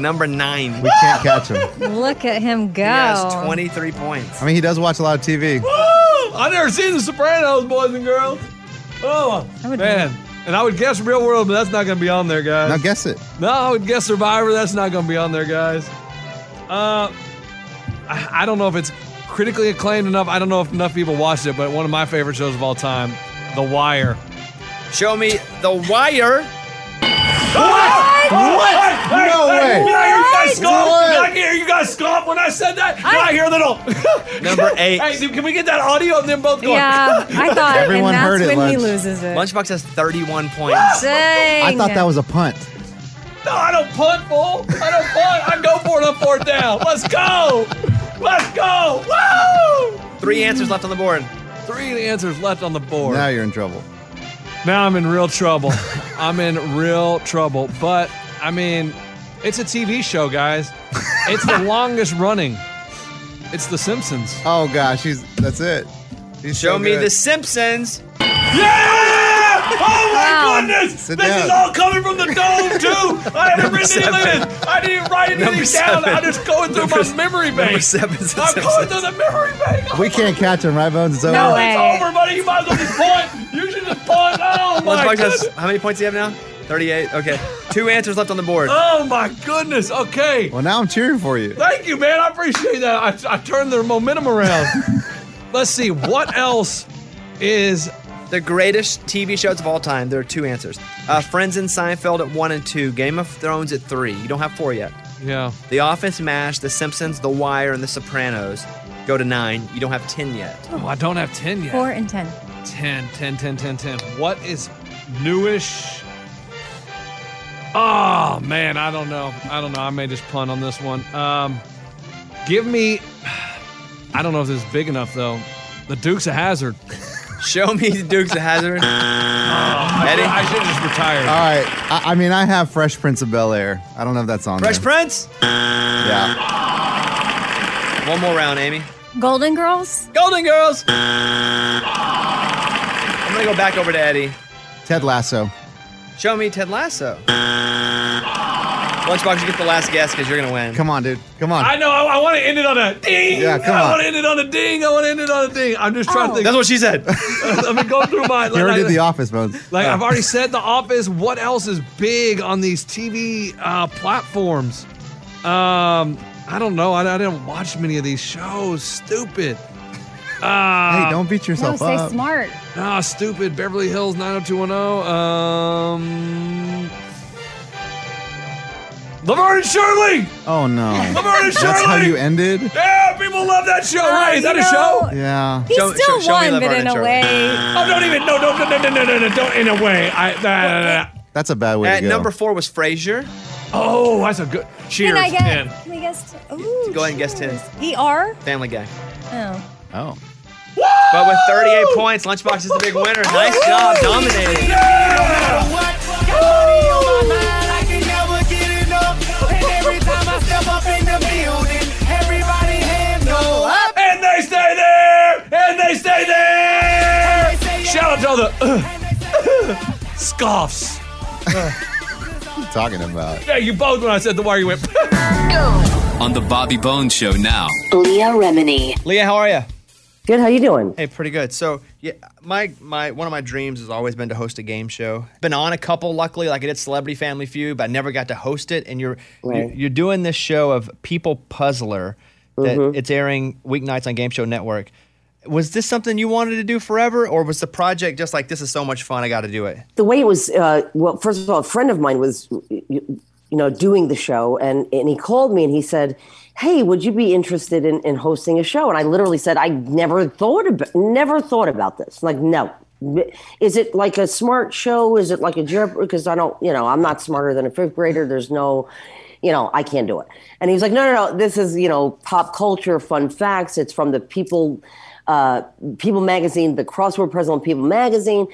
[SPEAKER 1] Number nine.
[SPEAKER 7] We can't catch him.
[SPEAKER 2] Look at him go.
[SPEAKER 1] He has 23 points.
[SPEAKER 7] I mean, he does watch a lot of TV.
[SPEAKER 12] I've never seen The Sopranos, boys and girls. Oh man! And I would guess Real World, but that's not going to be on there, guys.
[SPEAKER 7] Now guess it.
[SPEAKER 12] No, I would guess Survivor. That's not going to be on there, guys. Uh, I, I don't know if it's critically acclaimed enough. I don't know if enough people watched it, but one of my favorite shows of all time, The Wire.
[SPEAKER 1] Show me The Wire.
[SPEAKER 12] What?
[SPEAKER 1] What?
[SPEAKER 12] No way!
[SPEAKER 1] What?
[SPEAKER 12] You got skull?
[SPEAKER 1] What?
[SPEAKER 12] Not here. You got skull? off when I said that? Did I, hear the little number eight? Hey, dude, can we get that audio and them both going?
[SPEAKER 2] Yeah, I thought, Everyone and heard that's it, when he Lunch. loses it.
[SPEAKER 1] Lunchbox has 31 points.
[SPEAKER 2] Dang.
[SPEAKER 7] I thought that was a punt.
[SPEAKER 12] No, I don't punt, fool. I don't punt. I go for it on fourth down. Let's go. Let's go. Woo!
[SPEAKER 1] Three answers left on the board.
[SPEAKER 12] Three answers left on the board.
[SPEAKER 7] Now you're in trouble.
[SPEAKER 12] Now I'm in real trouble. I'm in real trouble. But I mean, it's a TV show, guys. It's the longest running. It's The Simpsons.
[SPEAKER 7] Oh gosh, he's that's it. He's
[SPEAKER 1] Show
[SPEAKER 7] so
[SPEAKER 1] me
[SPEAKER 7] good.
[SPEAKER 1] the Simpsons.
[SPEAKER 12] Yeah! Oh my goodness!
[SPEAKER 7] Sit
[SPEAKER 12] this
[SPEAKER 7] down.
[SPEAKER 12] is all coming from the dome too. I haven't written anything. in. I didn't write anything
[SPEAKER 7] Number
[SPEAKER 12] down.
[SPEAKER 7] seven.
[SPEAKER 12] I'm just going through
[SPEAKER 7] Number
[SPEAKER 12] my
[SPEAKER 7] s-
[SPEAKER 12] memory bank.
[SPEAKER 7] number seven is The
[SPEAKER 12] I'm going
[SPEAKER 7] Simpsons.
[SPEAKER 12] through the memory bank.
[SPEAKER 7] We can't catch him, right, Bones? It's over.
[SPEAKER 12] no, it's over, buddy. You might as well just punt. You should just punt. Oh my
[SPEAKER 1] Lunchbox
[SPEAKER 12] goodness.
[SPEAKER 1] has how many points do you have now? 38. Okay, two answers left on the board.
[SPEAKER 12] Oh my goodness. Okay.
[SPEAKER 7] Well, now I'm cheering for you.
[SPEAKER 12] Thank you, man. I appreciate that. I, I turned their momentum around. Let's see what else is
[SPEAKER 1] the greatest TV shows of all time. There are two answers. Uh, Friends and Seinfeld at one and two. Game of Thrones at three. You don't have four yet.
[SPEAKER 12] Yeah.
[SPEAKER 1] The Office, MASH, The Simpsons, The Wire, and The Sopranos go to nine. You don't have ten yet.
[SPEAKER 12] Oh, I don't have 10 yet.
[SPEAKER 2] Four and ten.
[SPEAKER 12] 10, 10, 10, 10, 10. What is newish? Oh, man, I don't know. I don't know. I may just punt on this one. Um, give me, I don't know if this is big enough, though. The Dukes of Hazard.
[SPEAKER 1] Show me the Dukes of Hazard.
[SPEAKER 12] Eddie? I should have just retired.
[SPEAKER 7] All right. I, I mean, I have Fresh Prince of Bel Air. I don't know if that's on
[SPEAKER 1] Fresh
[SPEAKER 7] there.
[SPEAKER 1] Prince.
[SPEAKER 7] Yeah.
[SPEAKER 1] One more round, Amy.
[SPEAKER 2] Golden Girls.
[SPEAKER 1] Golden Girls. I'm gonna go back over to Eddie.
[SPEAKER 7] Ted Lasso.
[SPEAKER 1] Show me Ted Lasso. Lunchbox, you get the last guess because you're gonna win.
[SPEAKER 7] Come on, dude. Come on.
[SPEAKER 12] I know. I, I want to end it on a ding.
[SPEAKER 1] Yeah, come
[SPEAKER 12] I
[SPEAKER 1] on. Oh.
[SPEAKER 12] want to end it on a ding. I want to end it on a ding. I'm just trying to think.
[SPEAKER 1] That's what she said.
[SPEAKER 12] Let me go through my.
[SPEAKER 7] You already did The Office, Bones. Oh.
[SPEAKER 12] Like I've already said, The Office. What else is big on these TV uh, platforms? Um, I don't know. I, I didn't watch many of these shows. Stupid. Uh,
[SPEAKER 7] Hey, don't beat yourself No, stay up.
[SPEAKER 2] smart.
[SPEAKER 12] Nah, stupid. Beverly Hills 90210. Um, Laverne and Shirley.
[SPEAKER 7] Oh no.
[SPEAKER 12] Laverne and
[SPEAKER 7] That's how
[SPEAKER 12] Shirley!
[SPEAKER 7] you ended.
[SPEAKER 12] Yeah, people love that show.
[SPEAKER 2] Uh,
[SPEAKER 12] right? Is that
[SPEAKER 2] you
[SPEAKER 12] a show?
[SPEAKER 7] Yeah.
[SPEAKER 2] He Show- still show- show me won, but Laverne in and a Shirley. way-
[SPEAKER 12] Oh, don't even. No, no, no, no, no, no, no, no. Don't in a way. I. Nah, nah, nah, nah.
[SPEAKER 7] That's a bad way
[SPEAKER 1] At
[SPEAKER 7] to go.
[SPEAKER 1] number four was Frasier.
[SPEAKER 12] Oh, that's a good.
[SPEAKER 2] Can I guess? Can I guess? Ooh,
[SPEAKER 1] Go ahead and guess ten.
[SPEAKER 2] ER.
[SPEAKER 1] Family Guy.
[SPEAKER 2] Oh.
[SPEAKER 7] Oh.
[SPEAKER 1] But with 38 points, Lunchbox is the big winner. Nice job dominating.
[SPEAKER 12] And they stay there. And they stay there. Shout out to all the uh, scoffs.
[SPEAKER 7] What are you talking about?
[SPEAKER 12] Yeah, you both when I said the wire, you went.
[SPEAKER 13] On the Bobby Bones Show now.
[SPEAKER 1] Leah Remini. Leah, how are you?
[SPEAKER 14] Good. How you doing?
[SPEAKER 1] Hey, pretty good. So, yeah, my my one of my dreams has always been to host a game show. Been on a couple, luckily. Like I did Celebrity Family Feud, but I never got to host it. And you're
[SPEAKER 14] Right.
[SPEAKER 1] you're, you're doing this show of People Puzzler that
[SPEAKER 14] Mhm.
[SPEAKER 1] it's airing weeknights on Game Show Network. Was this something you wanted to do forever, or was the project just like this is so much fun, I got to do it?
[SPEAKER 14] The way it was, uh, well, first of all, a friend of mine was, you know, doing the show, and and he called me and he said, "Hey, would you be interested in, in hosting a show?" And I literally said, "I never thought about, never thought about this. Like, no, is it like a smart show? Is it like a jerk? Because I don't, you know, I'm not smarter than a fifth grader. There's no." You know, I can't do it. And he was like, no, no, no. This is, you know, pop culture, fun facts. It's from the People uh, People magazine, the crossword puzzle in People magazine.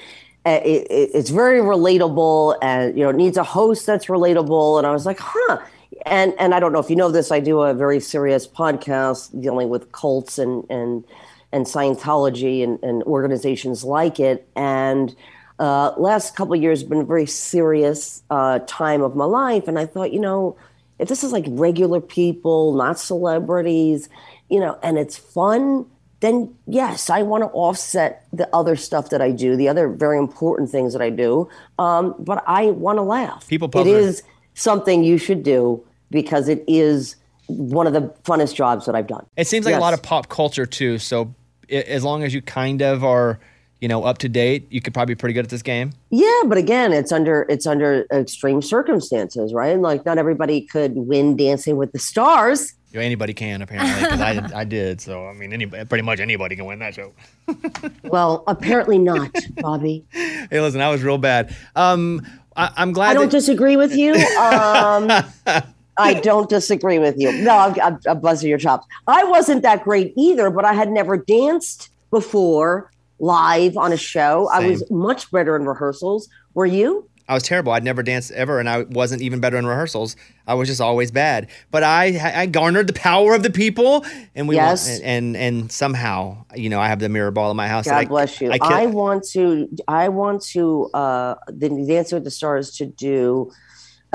[SPEAKER 14] Uh, it, it- it's very relatable, and you know, it needs a host that's relatable. And I was like, huh. And and I don't know if you know this, I do a very serious podcast dealing with cults and and and Scientology and, and organizations like it. And uh, last couple of years have been a very serious uh, time of my life, and I thought, you know, if this is like regular people, not celebrities, you know, and it's fun, then yes, I want to offset the other stuff that I do, the other very important things that I do. Um, but I want to laugh.
[SPEAKER 1] People
[SPEAKER 14] it
[SPEAKER 1] puzzler.
[SPEAKER 14] is something you should do because it is one of the funnest jobs that I've done.
[SPEAKER 1] It seems like
[SPEAKER 14] Yes.
[SPEAKER 1] a lot of pop culture too. So i as long as you kind of are, you know, up to date, you could probably be pretty good at this game.
[SPEAKER 14] Yeah, but again, it's under it's under extreme circumstances, right? And like not everybody could win Dancing with the Stars.
[SPEAKER 1] You know, anybody can apparently because I did, I did. So I mean, anybody, pretty much anybody can win that show.
[SPEAKER 14] Well, apparently not, Bobby.
[SPEAKER 1] Hey, listen, I was real bad. Um, I, I'm glad.
[SPEAKER 14] I don't
[SPEAKER 1] that-
[SPEAKER 14] disagree with you. Um, I don't disagree with you. No, I'm, I'm, I'm buzzing your chops. I wasn't that great either, but I had never danced before live on a show. I was much better in rehearsals. Were you?
[SPEAKER 1] I was terrible. I'd never danced ever, and I wasn't even better in rehearsals. I was just always bad. But I, I garnered the power of the people, and we won.
[SPEAKER 14] Yes.
[SPEAKER 1] and, and and somehow, you know, I have the mirror ball in my house.
[SPEAKER 14] God
[SPEAKER 1] and I,
[SPEAKER 14] bless you. I,
[SPEAKER 1] kill-
[SPEAKER 14] want to. I want to. Uh, the Dancing with the Stars to do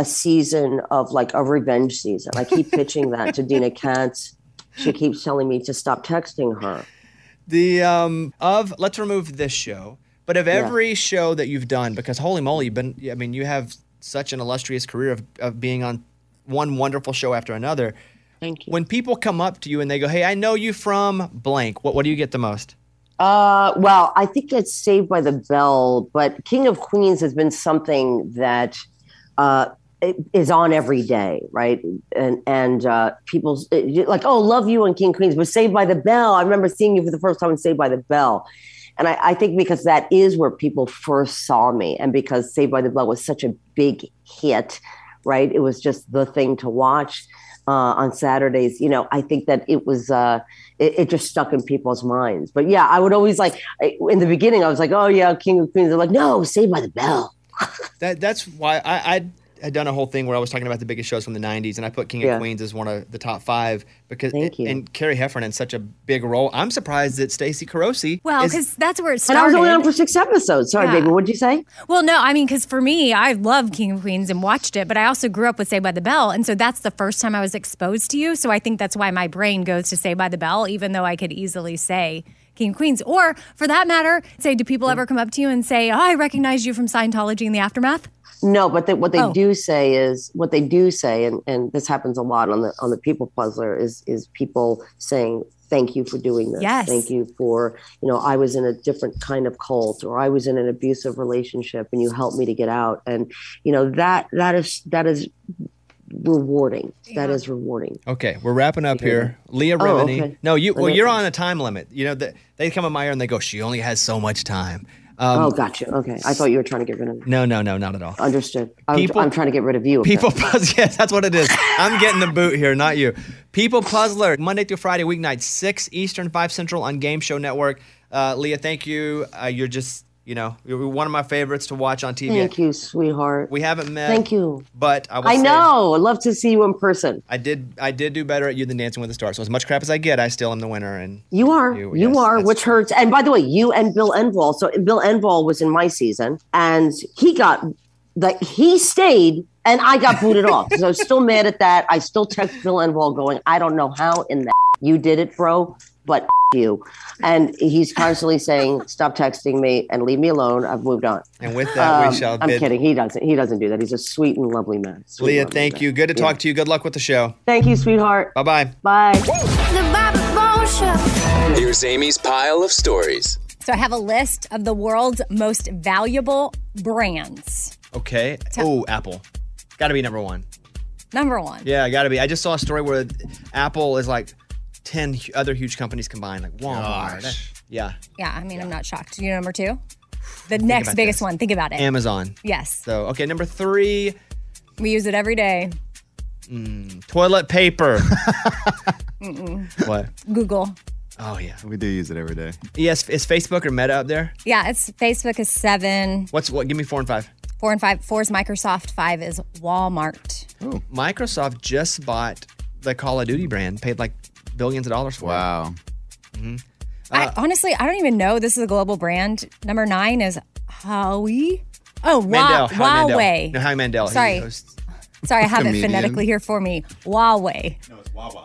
[SPEAKER 14] a season of like a revenge season. I keep pitching that to Dina Katz. She keeps telling me to stop texting her.
[SPEAKER 1] the um of let's remove this show, but of
[SPEAKER 14] Yeah.
[SPEAKER 1] every show that you've done, because holy moly, you've been. I mean, you have such an illustrious career of of being on one wonderful show after another.
[SPEAKER 14] Thank
[SPEAKER 1] you. When people come up to you and they go, "Hey, I know you from blank," what what do you get the most?
[SPEAKER 14] Uh, well, I think it's Saved by the Bell, but King of Queens has been something that uh, i- is on every day, right? And and uh, people like, oh, love you on King of Queens, but Saved by the Bell. I remember seeing you for the first time in Saved by the Bell, and I, I think because that is where people first saw me, and because Saved by the Bell was such a big hit, right? It was just the thing to watch uh, on Saturdays. You know, I think that it was uh, it, it just stuck in people's minds. But yeah, I would always like I- in the beginning, I was like, oh yeah, King of Queens. They're like, no, Saved by the Bell.
[SPEAKER 1] That that's why I I'd, had done a whole thing where I was talking about the biggest shows from the '90s, and I put King
[SPEAKER 14] Yeah.
[SPEAKER 1] of Queens as one of the top five because and Carrie Heffernan's such a big role. I'm surprised that Stacey Carosi.
[SPEAKER 2] Well,
[SPEAKER 1] is-
[SPEAKER 2] because that's where it
[SPEAKER 14] And
[SPEAKER 2] started.
[SPEAKER 14] I was only on for six episodes. Sorry,
[SPEAKER 2] Yeah.
[SPEAKER 14] baby. What'd you say?
[SPEAKER 2] Well, no, I mean, because for me, I love King of Queens and watched it, but I also grew up with Saved by the Bell. And so that's the first time I was exposed to you. So I think that's why my brain goes to Saved by the Bell, even though I could easily say King of Queens. Or for that matter, say, do people ever come up to you and say, oh, I recognize you from Scientology in the aftermath?
[SPEAKER 14] No, but they, what they
[SPEAKER 2] Oh.
[SPEAKER 14] do say is what they do say, and, and this happens a lot on the on the People Puzzler is is people saying thank you for doing this.
[SPEAKER 2] Yes.
[SPEAKER 14] Thank you for you know I was in a different kind of cult or I was in an abusive relationship and you helped me to get out and you know that that is that is rewarding. That is rewarding.
[SPEAKER 1] Okay, we're wrapping up here. Leah
[SPEAKER 14] Oh,
[SPEAKER 1] Remini.
[SPEAKER 14] okay.
[SPEAKER 1] No, you. Well,
[SPEAKER 14] Okay.
[SPEAKER 1] you're on a time limit. You know that they come in my ear and they go, "She only has so much time." Um,
[SPEAKER 14] oh, gotcha. Okay, I thought you were trying to get rid of me.
[SPEAKER 1] No, no, no, not at all.
[SPEAKER 14] Understood. I'm,
[SPEAKER 1] People-
[SPEAKER 14] I'm trying to get rid of you.
[SPEAKER 1] People Puzzler. Yes, that's what it is. I'm getting the boot here, not you. People Puzzler, Monday through Friday, weeknights, 6 Eastern, 5 Central on Game Show Network. Uh, Leah, thank you. Uh, you're just, you know, you're one of my favorites to watch on TV.
[SPEAKER 14] Thank you, sweetheart.
[SPEAKER 1] We uh, haven't met.
[SPEAKER 14] Thank you.
[SPEAKER 1] But I, will
[SPEAKER 14] I
[SPEAKER 1] say,
[SPEAKER 14] know. I'd love to see you in person.
[SPEAKER 1] I did. I did do better at you than Dancing with the Stars. So as much crap as I get, I still am the winner. And
[SPEAKER 14] You are. You,
[SPEAKER 1] You- yes,
[SPEAKER 14] are, which hurts. And by the way, you and Bill Enval. So Bill Enval was in my season and he got that he stayed and I got booted off. So I was still mad at that. I still text Bill Enval going, I don't know how in the you did it, bro, but you. And he's constantly saying, Stop texting me and leave me alone. I've moved on.
[SPEAKER 1] and with that,
[SPEAKER 14] Um,
[SPEAKER 1] we shall.
[SPEAKER 14] I'm
[SPEAKER 1] bid-
[SPEAKER 14] kidding. He doesn't. He doesn't do that. He's a sweet and lovely man. Sweet
[SPEAKER 1] Leah,
[SPEAKER 14] lovely
[SPEAKER 1] thank
[SPEAKER 14] man.
[SPEAKER 1] you. Good to talk to you. Good luck with the show.
[SPEAKER 14] Thank you, sweetheart.
[SPEAKER 1] Bye bye.
[SPEAKER 14] Bye.
[SPEAKER 13] Here's Amy's pile of stories.
[SPEAKER 2] So I have a list of the world's most valuable brands.
[SPEAKER 1] Okay.
[SPEAKER 2] Ta-
[SPEAKER 1] Oh, Apple. Got to be number one.
[SPEAKER 2] Number one.
[SPEAKER 1] Yeah, got to be. I just saw a story where Apple is like 10 hu- other huge companies combined, like Walmart.
[SPEAKER 2] Gosh.
[SPEAKER 1] Yeah.
[SPEAKER 2] Yeah, I mean, I'm not shocked. You know, number two? The next
[SPEAKER 1] about
[SPEAKER 2] biggest one. Think about it.
[SPEAKER 1] Amazon.
[SPEAKER 2] Yes.
[SPEAKER 1] So, okay, number three,
[SPEAKER 2] We use it every day.
[SPEAKER 1] mm, toilet paper.
[SPEAKER 2] Mm-mm.
[SPEAKER 1] what?
[SPEAKER 2] Google.
[SPEAKER 1] Oh, yeah.
[SPEAKER 7] We do use it every day.
[SPEAKER 1] Yes, is Facebook or Meta up there?
[SPEAKER 2] Yeah, it's Facebook is seven,
[SPEAKER 1] What's what? Give me four and five.
[SPEAKER 2] four and five. Four is Microsoft, five is Walmart.
[SPEAKER 1] Microsoft just bought the Call of Duty brand, paid like billions of dollars for Mm-hmm. Uh,
[SPEAKER 7] wow.
[SPEAKER 1] it. Wow.
[SPEAKER 2] I, honestly, I don't even know. This is a global brand. Number nine is Howie. Oh, Wa-
[SPEAKER 1] Mandel. Howie Mandel.
[SPEAKER 2] Huawei.
[SPEAKER 1] No, Howie Mandel. He
[SPEAKER 2] Sorry.
[SPEAKER 1] hosts-
[SPEAKER 2] Sorry, I have it
[SPEAKER 5] Comedian.
[SPEAKER 2] phonetically here for me. Huawei.
[SPEAKER 5] No, it's Wawa.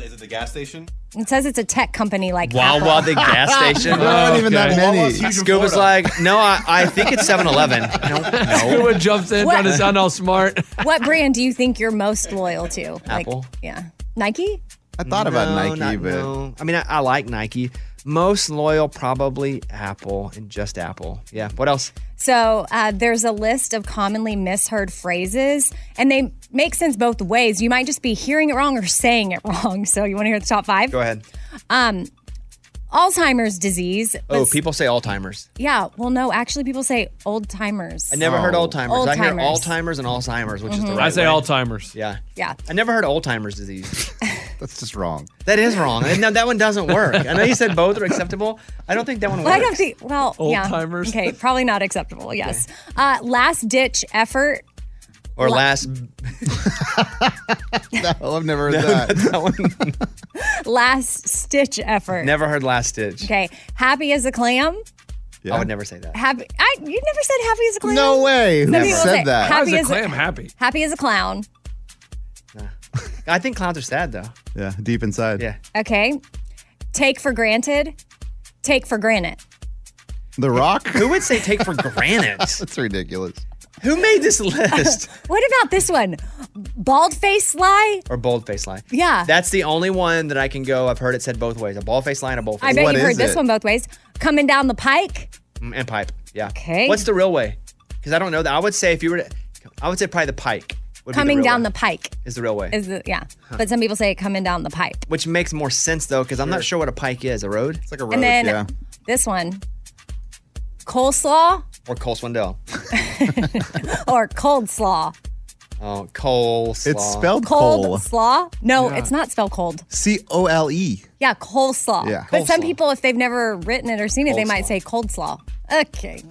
[SPEAKER 5] Is it the gas station?
[SPEAKER 2] It says it's a tech company like
[SPEAKER 1] Wawa,
[SPEAKER 2] Apple.
[SPEAKER 1] the gas station.
[SPEAKER 5] There aren't even that many. Wawa's huge in
[SPEAKER 1] Scuba's
[SPEAKER 5] Florida.
[SPEAKER 1] like, no, I, I think it's 7 Eleven. No, no.
[SPEAKER 12] Scuba jumps in,
[SPEAKER 2] What?
[SPEAKER 12] trying to sound all smart.
[SPEAKER 2] what brand do you think you're most loyal to? Like,
[SPEAKER 1] Apple.
[SPEAKER 2] yeah, Nike.
[SPEAKER 7] I thought about Nike, but
[SPEAKER 1] no. I mean, I, I like Nike, Most loyal, probably Apple and just Apple. Yeah. What else?
[SPEAKER 2] So uh, there's a list of commonly misheard phrases, and they make sense both ways. You might just be hearing it wrong or saying it wrong. So you want to hear the top five?
[SPEAKER 15] Go ahead.
[SPEAKER 2] Um, Alzheimer's disease.
[SPEAKER 15] Oh,
[SPEAKER 2] Let's-
[SPEAKER 15] people say Alzheimer's.
[SPEAKER 2] Yeah. Well, no, actually, people say old timers.
[SPEAKER 15] I never
[SPEAKER 2] Oh.
[SPEAKER 15] heard old timers. I hear
[SPEAKER 2] Old-timers.
[SPEAKER 15] all timers and Alzheimer's, which is the
[SPEAKER 2] Mhm.
[SPEAKER 15] right
[SPEAKER 12] I say
[SPEAKER 15] way.
[SPEAKER 12] Alzheimer's.
[SPEAKER 15] Yeah.
[SPEAKER 2] Yeah.
[SPEAKER 15] I never heard Alzheimer's disease.
[SPEAKER 7] That's just wrong.
[SPEAKER 15] That is wrong. No, that one doesn't work. I know you said both are acceptable. I don't think that one
[SPEAKER 2] Well,
[SPEAKER 15] works.
[SPEAKER 2] I don't think. Well,
[SPEAKER 15] Old
[SPEAKER 2] yeah.
[SPEAKER 15] timers.
[SPEAKER 2] Okay, probably not acceptable. Yes. Uh, last ditch effort.
[SPEAKER 15] or last.
[SPEAKER 7] no, I've never heard
[SPEAKER 15] that. that one.
[SPEAKER 2] Last stitch effort.
[SPEAKER 15] Never heard last stitch.
[SPEAKER 2] Okay. Happy as a clam.
[SPEAKER 15] I would never say that.
[SPEAKER 2] Happy. I. You never said happy as a clam.
[SPEAKER 7] No way.
[SPEAKER 2] Some
[SPEAKER 7] Who
[SPEAKER 2] people say
[SPEAKER 7] said that?
[SPEAKER 2] Happy as a,
[SPEAKER 12] happy?
[SPEAKER 2] happy as a clown.
[SPEAKER 15] I think clowns are sad though.
[SPEAKER 7] Yeah, deep inside.
[SPEAKER 15] Yeah.
[SPEAKER 2] Okay. Take for granted. Take for granted.
[SPEAKER 7] The Rock?
[SPEAKER 15] Who would say take for granted?
[SPEAKER 7] That's ridiculous.
[SPEAKER 15] Who made this list?
[SPEAKER 2] what about this one? Bald face lie.
[SPEAKER 15] Or bold face lie.
[SPEAKER 2] Yeah.
[SPEAKER 15] That's the only one that I can go. I've heard it said both ways. A bald face lie and a bold face
[SPEAKER 2] I bet you've heard this one both ways. Coming down the pike.
[SPEAKER 15] Mm, And pipe. Yeah.
[SPEAKER 2] Okay.
[SPEAKER 15] What's the real way? Because I don't know that. I would say if you were to, I would say probably the pike. Would
[SPEAKER 2] coming
[SPEAKER 15] be the real
[SPEAKER 2] down
[SPEAKER 15] way,
[SPEAKER 2] the pike
[SPEAKER 15] Is the real way.
[SPEAKER 2] is the yeah.
[SPEAKER 15] Huh.
[SPEAKER 2] But some people say coming down the pike.
[SPEAKER 15] Which makes more sense though, because I'm not sure what a pike is. A road? It's like a
[SPEAKER 2] and then this one, coleslaw
[SPEAKER 15] Or Cole Swindell.
[SPEAKER 2] or cold slaw.
[SPEAKER 15] Oh, Cole. Slaw.
[SPEAKER 7] It's spelled
[SPEAKER 2] cold
[SPEAKER 7] Cole.
[SPEAKER 2] slaw. No,
[SPEAKER 7] Yeah.
[SPEAKER 2] it's not spelled cold.
[SPEAKER 7] C O L E.
[SPEAKER 2] Yeah, coleslaw.
[SPEAKER 7] Yeah.
[SPEAKER 2] But some people, if they've never written it or seen it, they
[SPEAKER 7] Coleslaw.
[SPEAKER 2] might say cold slaw. Okay.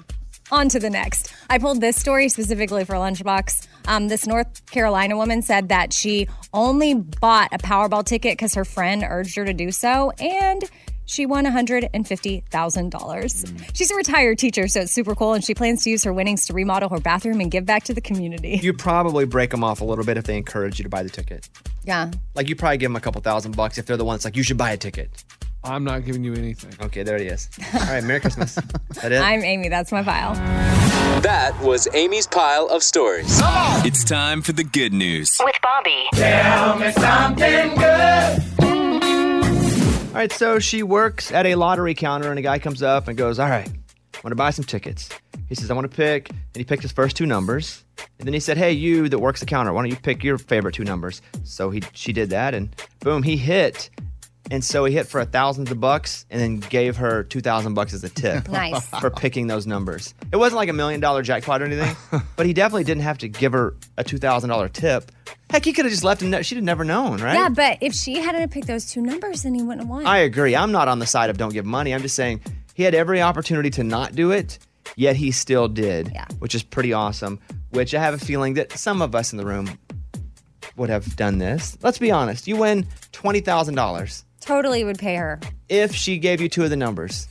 [SPEAKER 2] On to the next. I pulled this story specifically for Lunchbox. Um, this North Carolina woman said that she only bought a Powerball ticket because her friend urged her to do so, and she won $150,000. She's a retired teacher, so it's super cool, and she plans to use her winnings to remodel her bathroom and give back to the community.
[SPEAKER 15] You probably break them off a little bit if they encourage you to buy the ticket.
[SPEAKER 2] Yeah.
[SPEAKER 15] Like you probably give them a couple thousand bucks if they're the ones like you should buy a ticket.
[SPEAKER 12] I'm not giving you anything.
[SPEAKER 15] Okay, there it is. All right, Merry Christmas. That it?
[SPEAKER 2] I'm Amy. That's my file.
[SPEAKER 13] That was Amy's pile of stories.
[SPEAKER 16] It's time for the good news.
[SPEAKER 13] With Bobby.
[SPEAKER 4] Tell me something good.
[SPEAKER 1] All right, so she works at a lottery counter, and a guy comes up and goes, All right, I want to buy some tickets. He says, I want to pick, and he picked his first two numbers. And then he said, Hey, you that works the counter, why don't you pick your favorite two numbers? So he she did that, and boom, he hit. And so he hit for a thousand bucks and then gave her two thousand bucks as a tip
[SPEAKER 4] Nice.
[SPEAKER 1] for picking those numbers. It wasn't like a million dollar jackpot or anything, but he definitely didn't have to give her a two thousand dollar tip. Heck, he could have just left and kn- she'd have never known, right?
[SPEAKER 2] Yeah, but if she hadn't picked those two numbers, then he wouldn't have won.
[SPEAKER 1] I agree. I'm not on the side of don't give money. I'm just saying he had every opportunity to not do it, yet he still did, which is pretty awesome. Which I have a feeling that some of us in the room would have done this. Let's be honest. You win $20,000
[SPEAKER 2] totally would pay her.
[SPEAKER 1] if she gave you two of the numbers.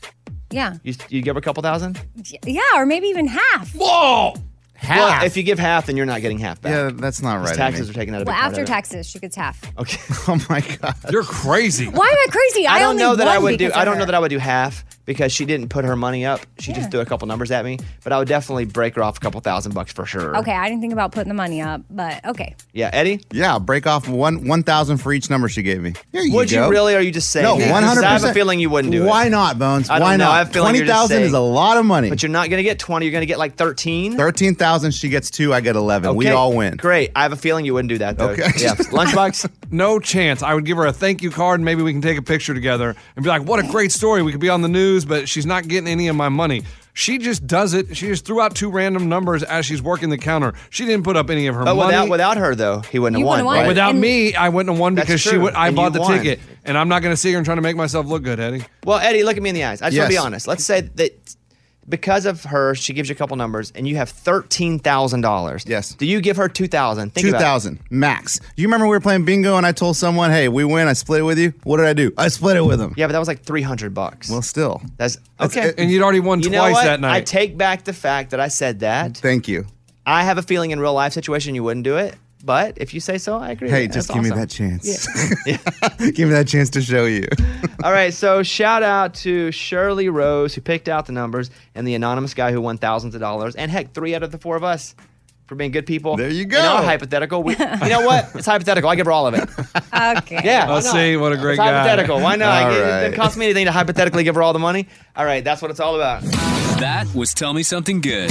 [SPEAKER 2] Yeah.
[SPEAKER 1] You, you give her a couple thousand?
[SPEAKER 2] Yeah, or maybe even half.
[SPEAKER 1] Whoa! Half. Well, if you give half, then you're not getting half back. Yeah,
[SPEAKER 7] that's not
[SPEAKER 1] right. Taxes are taken out of
[SPEAKER 2] Well, after taxes, she gets half.
[SPEAKER 1] Okay.
[SPEAKER 7] Oh my god.
[SPEAKER 12] You're crazy.
[SPEAKER 2] Why am I crazy? I,
[SPEAKER 1] I don't
[SPEAKER 2] only
[SPEAKER 1] know that I
[SPEAKER 2] won
[SPEAKER 1] would do.
[SPEAKER 2] because
[SPEAKER 1] I
[SPEAKER 2] of
[SPEAKER 1] don't
[SPEAKER 2] her.
[SPEAKER 1] know that I would do half because she didn't put her money up. She
[SPEAKER 2] Yeah.
[SPEAKER 1] just threw a couple numbers at me. But I would definitely break her off a couple thousand bucks for sure.
[SPEAKER 2] Okay, I didn't think about putting the money up, but okay.
[SPEAKER 1] Yeah, Eddie.
[SPEAKER 7] Yeah, break off one one thousand for each number she gave me. Here you
[SPEAKER 1] Would you
[SPEAKER 7] go.
[SPEAKER 1] really, or are you just saying
[SPEAKER 7] No,
[SPEAKER 1] that? 'Cause
[SPEAKER 7] one hundred.
[SPEAKER 1] I have a feeling you wouldn't do it.
[SPEAKER 7] Why not, Bones?
[SPEAKER 1] I don't
[SPEAKER 7] Why
[SPEAKER 1] know.
[SPEAKER 7] not?
[SPEAKER 1] I have a feeling
[SPEAKER 7] Twenty
[SPEAKER 1] you're just
[SPEAKER 7] thousand is
[SPEAKER 1] saying-
[SPEAKER 7] a lot of money.
[SPEAKER 1] But you're not going to get 20. You're going to get like 13.
[SPEAKER 7] Thirteen thousand. She gets two. I get eleven. We
[SPEAKER 1] Okay,
[SPEAKER 7] all win.
[SPEAKER 1] Great. I have a feeling you wouldn't do that, though.
[SPEAKER 7] Okay.
[SPEAKER 1] Yeah. Lunchbox.
[SPEAKER 12] No chance. I would give her a thank you card. and Maybe we can take a picture together and be like, what a great story. We could be on the news, but she's not getting any of my money. She just does it. She just threw out two random numbers as she's working the counter. She didn't put up any of her
[SPEAKER 1] But
[SPEAKER 12] money.
[SPEAKER 1] without without her though, he wouldn't
[SPEAKER 12] You wouldn't
[SPEAKER 1] have won.
[SPEAKER 12] have won.
[SPEAKER 1] right?
[SPEAKER 12] Without And- me, I wouldn't have won
[SPEAKER 1] That's
[SPEAKER 12] because she
[SPEAKER 1] true.
[SPEAKER 12] would. I
[SPEAKER 1] And
[SPEAKER 12] bought
[SPEAKER 1] you
[SPEAKER 12] the
[SPEAKER 1] won.
[SPEAKER 12] ticket, and I'm not going to sit here and trying to make myself look good, Eddie.
[SPEAKER 1] Well, Eddie, look at me in the eyes. I just want to be
[SPEAKER 12] Yes.
[SPEAKER 1] honest. Let's say that because of her, she gives you a couple numbers, and you have thirteen thousand dollars. Yes. Do you give her two thousand?
[SPEAKER 7] Two thousand max. You remember we were playing bingo and I told someone, "Hey, we win. I split it with you." What did I do? I split it with him.
[SPEAKER 1] Yeah, but that was like three hundred bucks. Well,
[SPEAKER 7] still,
[SPEAKER 1] that's okay.
[SPEAKER 12] And you'd already won
[SPEAKER 1] You know
[SPEAKER 12] twice
[SPEAKER 1] what?
[SPEAKER 12] that night.
[SPEAKER 1] I take back the fact that I said that.
[SPEAKER 7] Thank you.
[SPEAKER 1] I have a feeling in real life situation you wouldn't do it, but if you say so, I agree.
[SPEAKER 7] Hey,
[SPEAKER 1] That's
[SPEAKER 7] just give me
[SPEAKER 1] awesome.
[SPEAKER 7] that chance. give me that chance to show you.
[SPEAKER 1] All right, so shout out to Shirley Rose who picked out the numbers and the anonymous guy who won thousands of dollars, and heck, three out of the four of us.
[SPEAKER 15] for being good people. There you
[SPEAKER 1] go.
[SPEAKER 15] hypothetical. We, you know what? It's hypothetical. I give her all of it.
[SPEAKER 2] Okay.
[SPEAKER 15] Yeah.
[SPEAKER 1] Oh,
[SPEAKER 15] why
[SPEAKER 12] Let's
[SPEAKER 15] not?
[SPEAKER 12] Oh, see. What a great
[SPEAKER 15] it's
[SPEAKER 12] guy.
[SPEAKER 15] hypothetical. Why not?
[SPEAKER 12] All
[SPEAKER 15] It- It
[SPEAKER 12] right.
[SPEAKER 15] doesn't cost me anything to hypothetically give her all the money. All right, that's what it's all about.
[SPEAKER 16] That was Tell Me Something Good.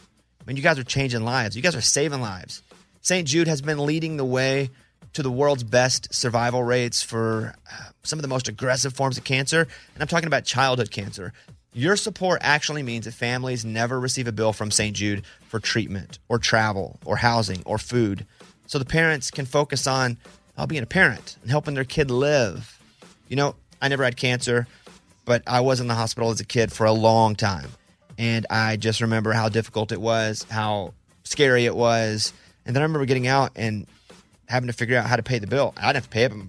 [SPEAKER 15] mean, you guys are changing lives. You guys are saving lives. St. Jude has been leading the way to the world's best survival rates for uh, some of the most aggressive forms of cancer. And I'm talking about childhood cancer. Your support actually means that families never receive a bill from St. Jude for treatment or travel or housing or food. So the parents can focus on uh, being a parent and helping their kid live. You know, I never had cancer but I was in the hospital as a kid for a long time. And I just remember how difficult it was, how scary it was. And then I remember getting out and having to figure out how to pay the bill. I didn't have to pay it, but you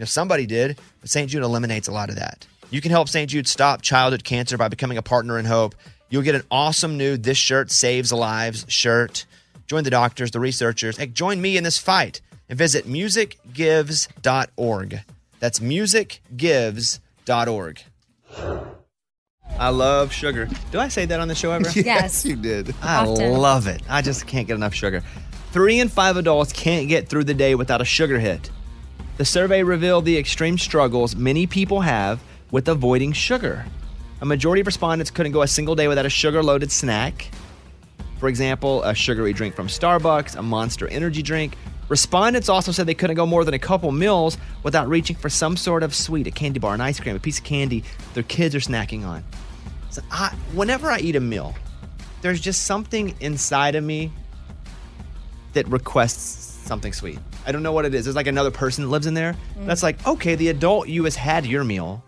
[SPEAKER 15] know, somebody did. But St. Jude eliminates a lot of that. You can help St. Jude stop childhood cancer by becoming a partner in hope. You'll get an awesome new This Shirt Saves Lives shirt. Join the doctors, the researchers, and join me in this fight and visit musicgives.org. That's musicgives.org.
[SPEAKER 1] I love sugar. Do I say that on the show ever?
[SPEAKER 15] Yes, Yes.
[SPEAKER 1] you did. I
[SPEAKER 15] Often.
[SPEAKER 1] love it. I just can't get enough sugar. Three in five adults can't get through the day without a sugar hit. The survey revealed the extreme struggles many people have with avoiding sugar. A majority of respondents couldn't go a single day without a sugar loaded snack. For example, a sugary drink from Starbucks, a monster energy drink. Respondents also said they couldn't go more than a couple meals without reaching for some sort of sweet, a candy bar, an ice cream, a piece of candy their kids are snacking on. So I, whenever I eat a meal, there's just something inside of me that requests something sweet. I don't know what it is. There's like another person that lives in there that's like, okay, the adult you has had your meal,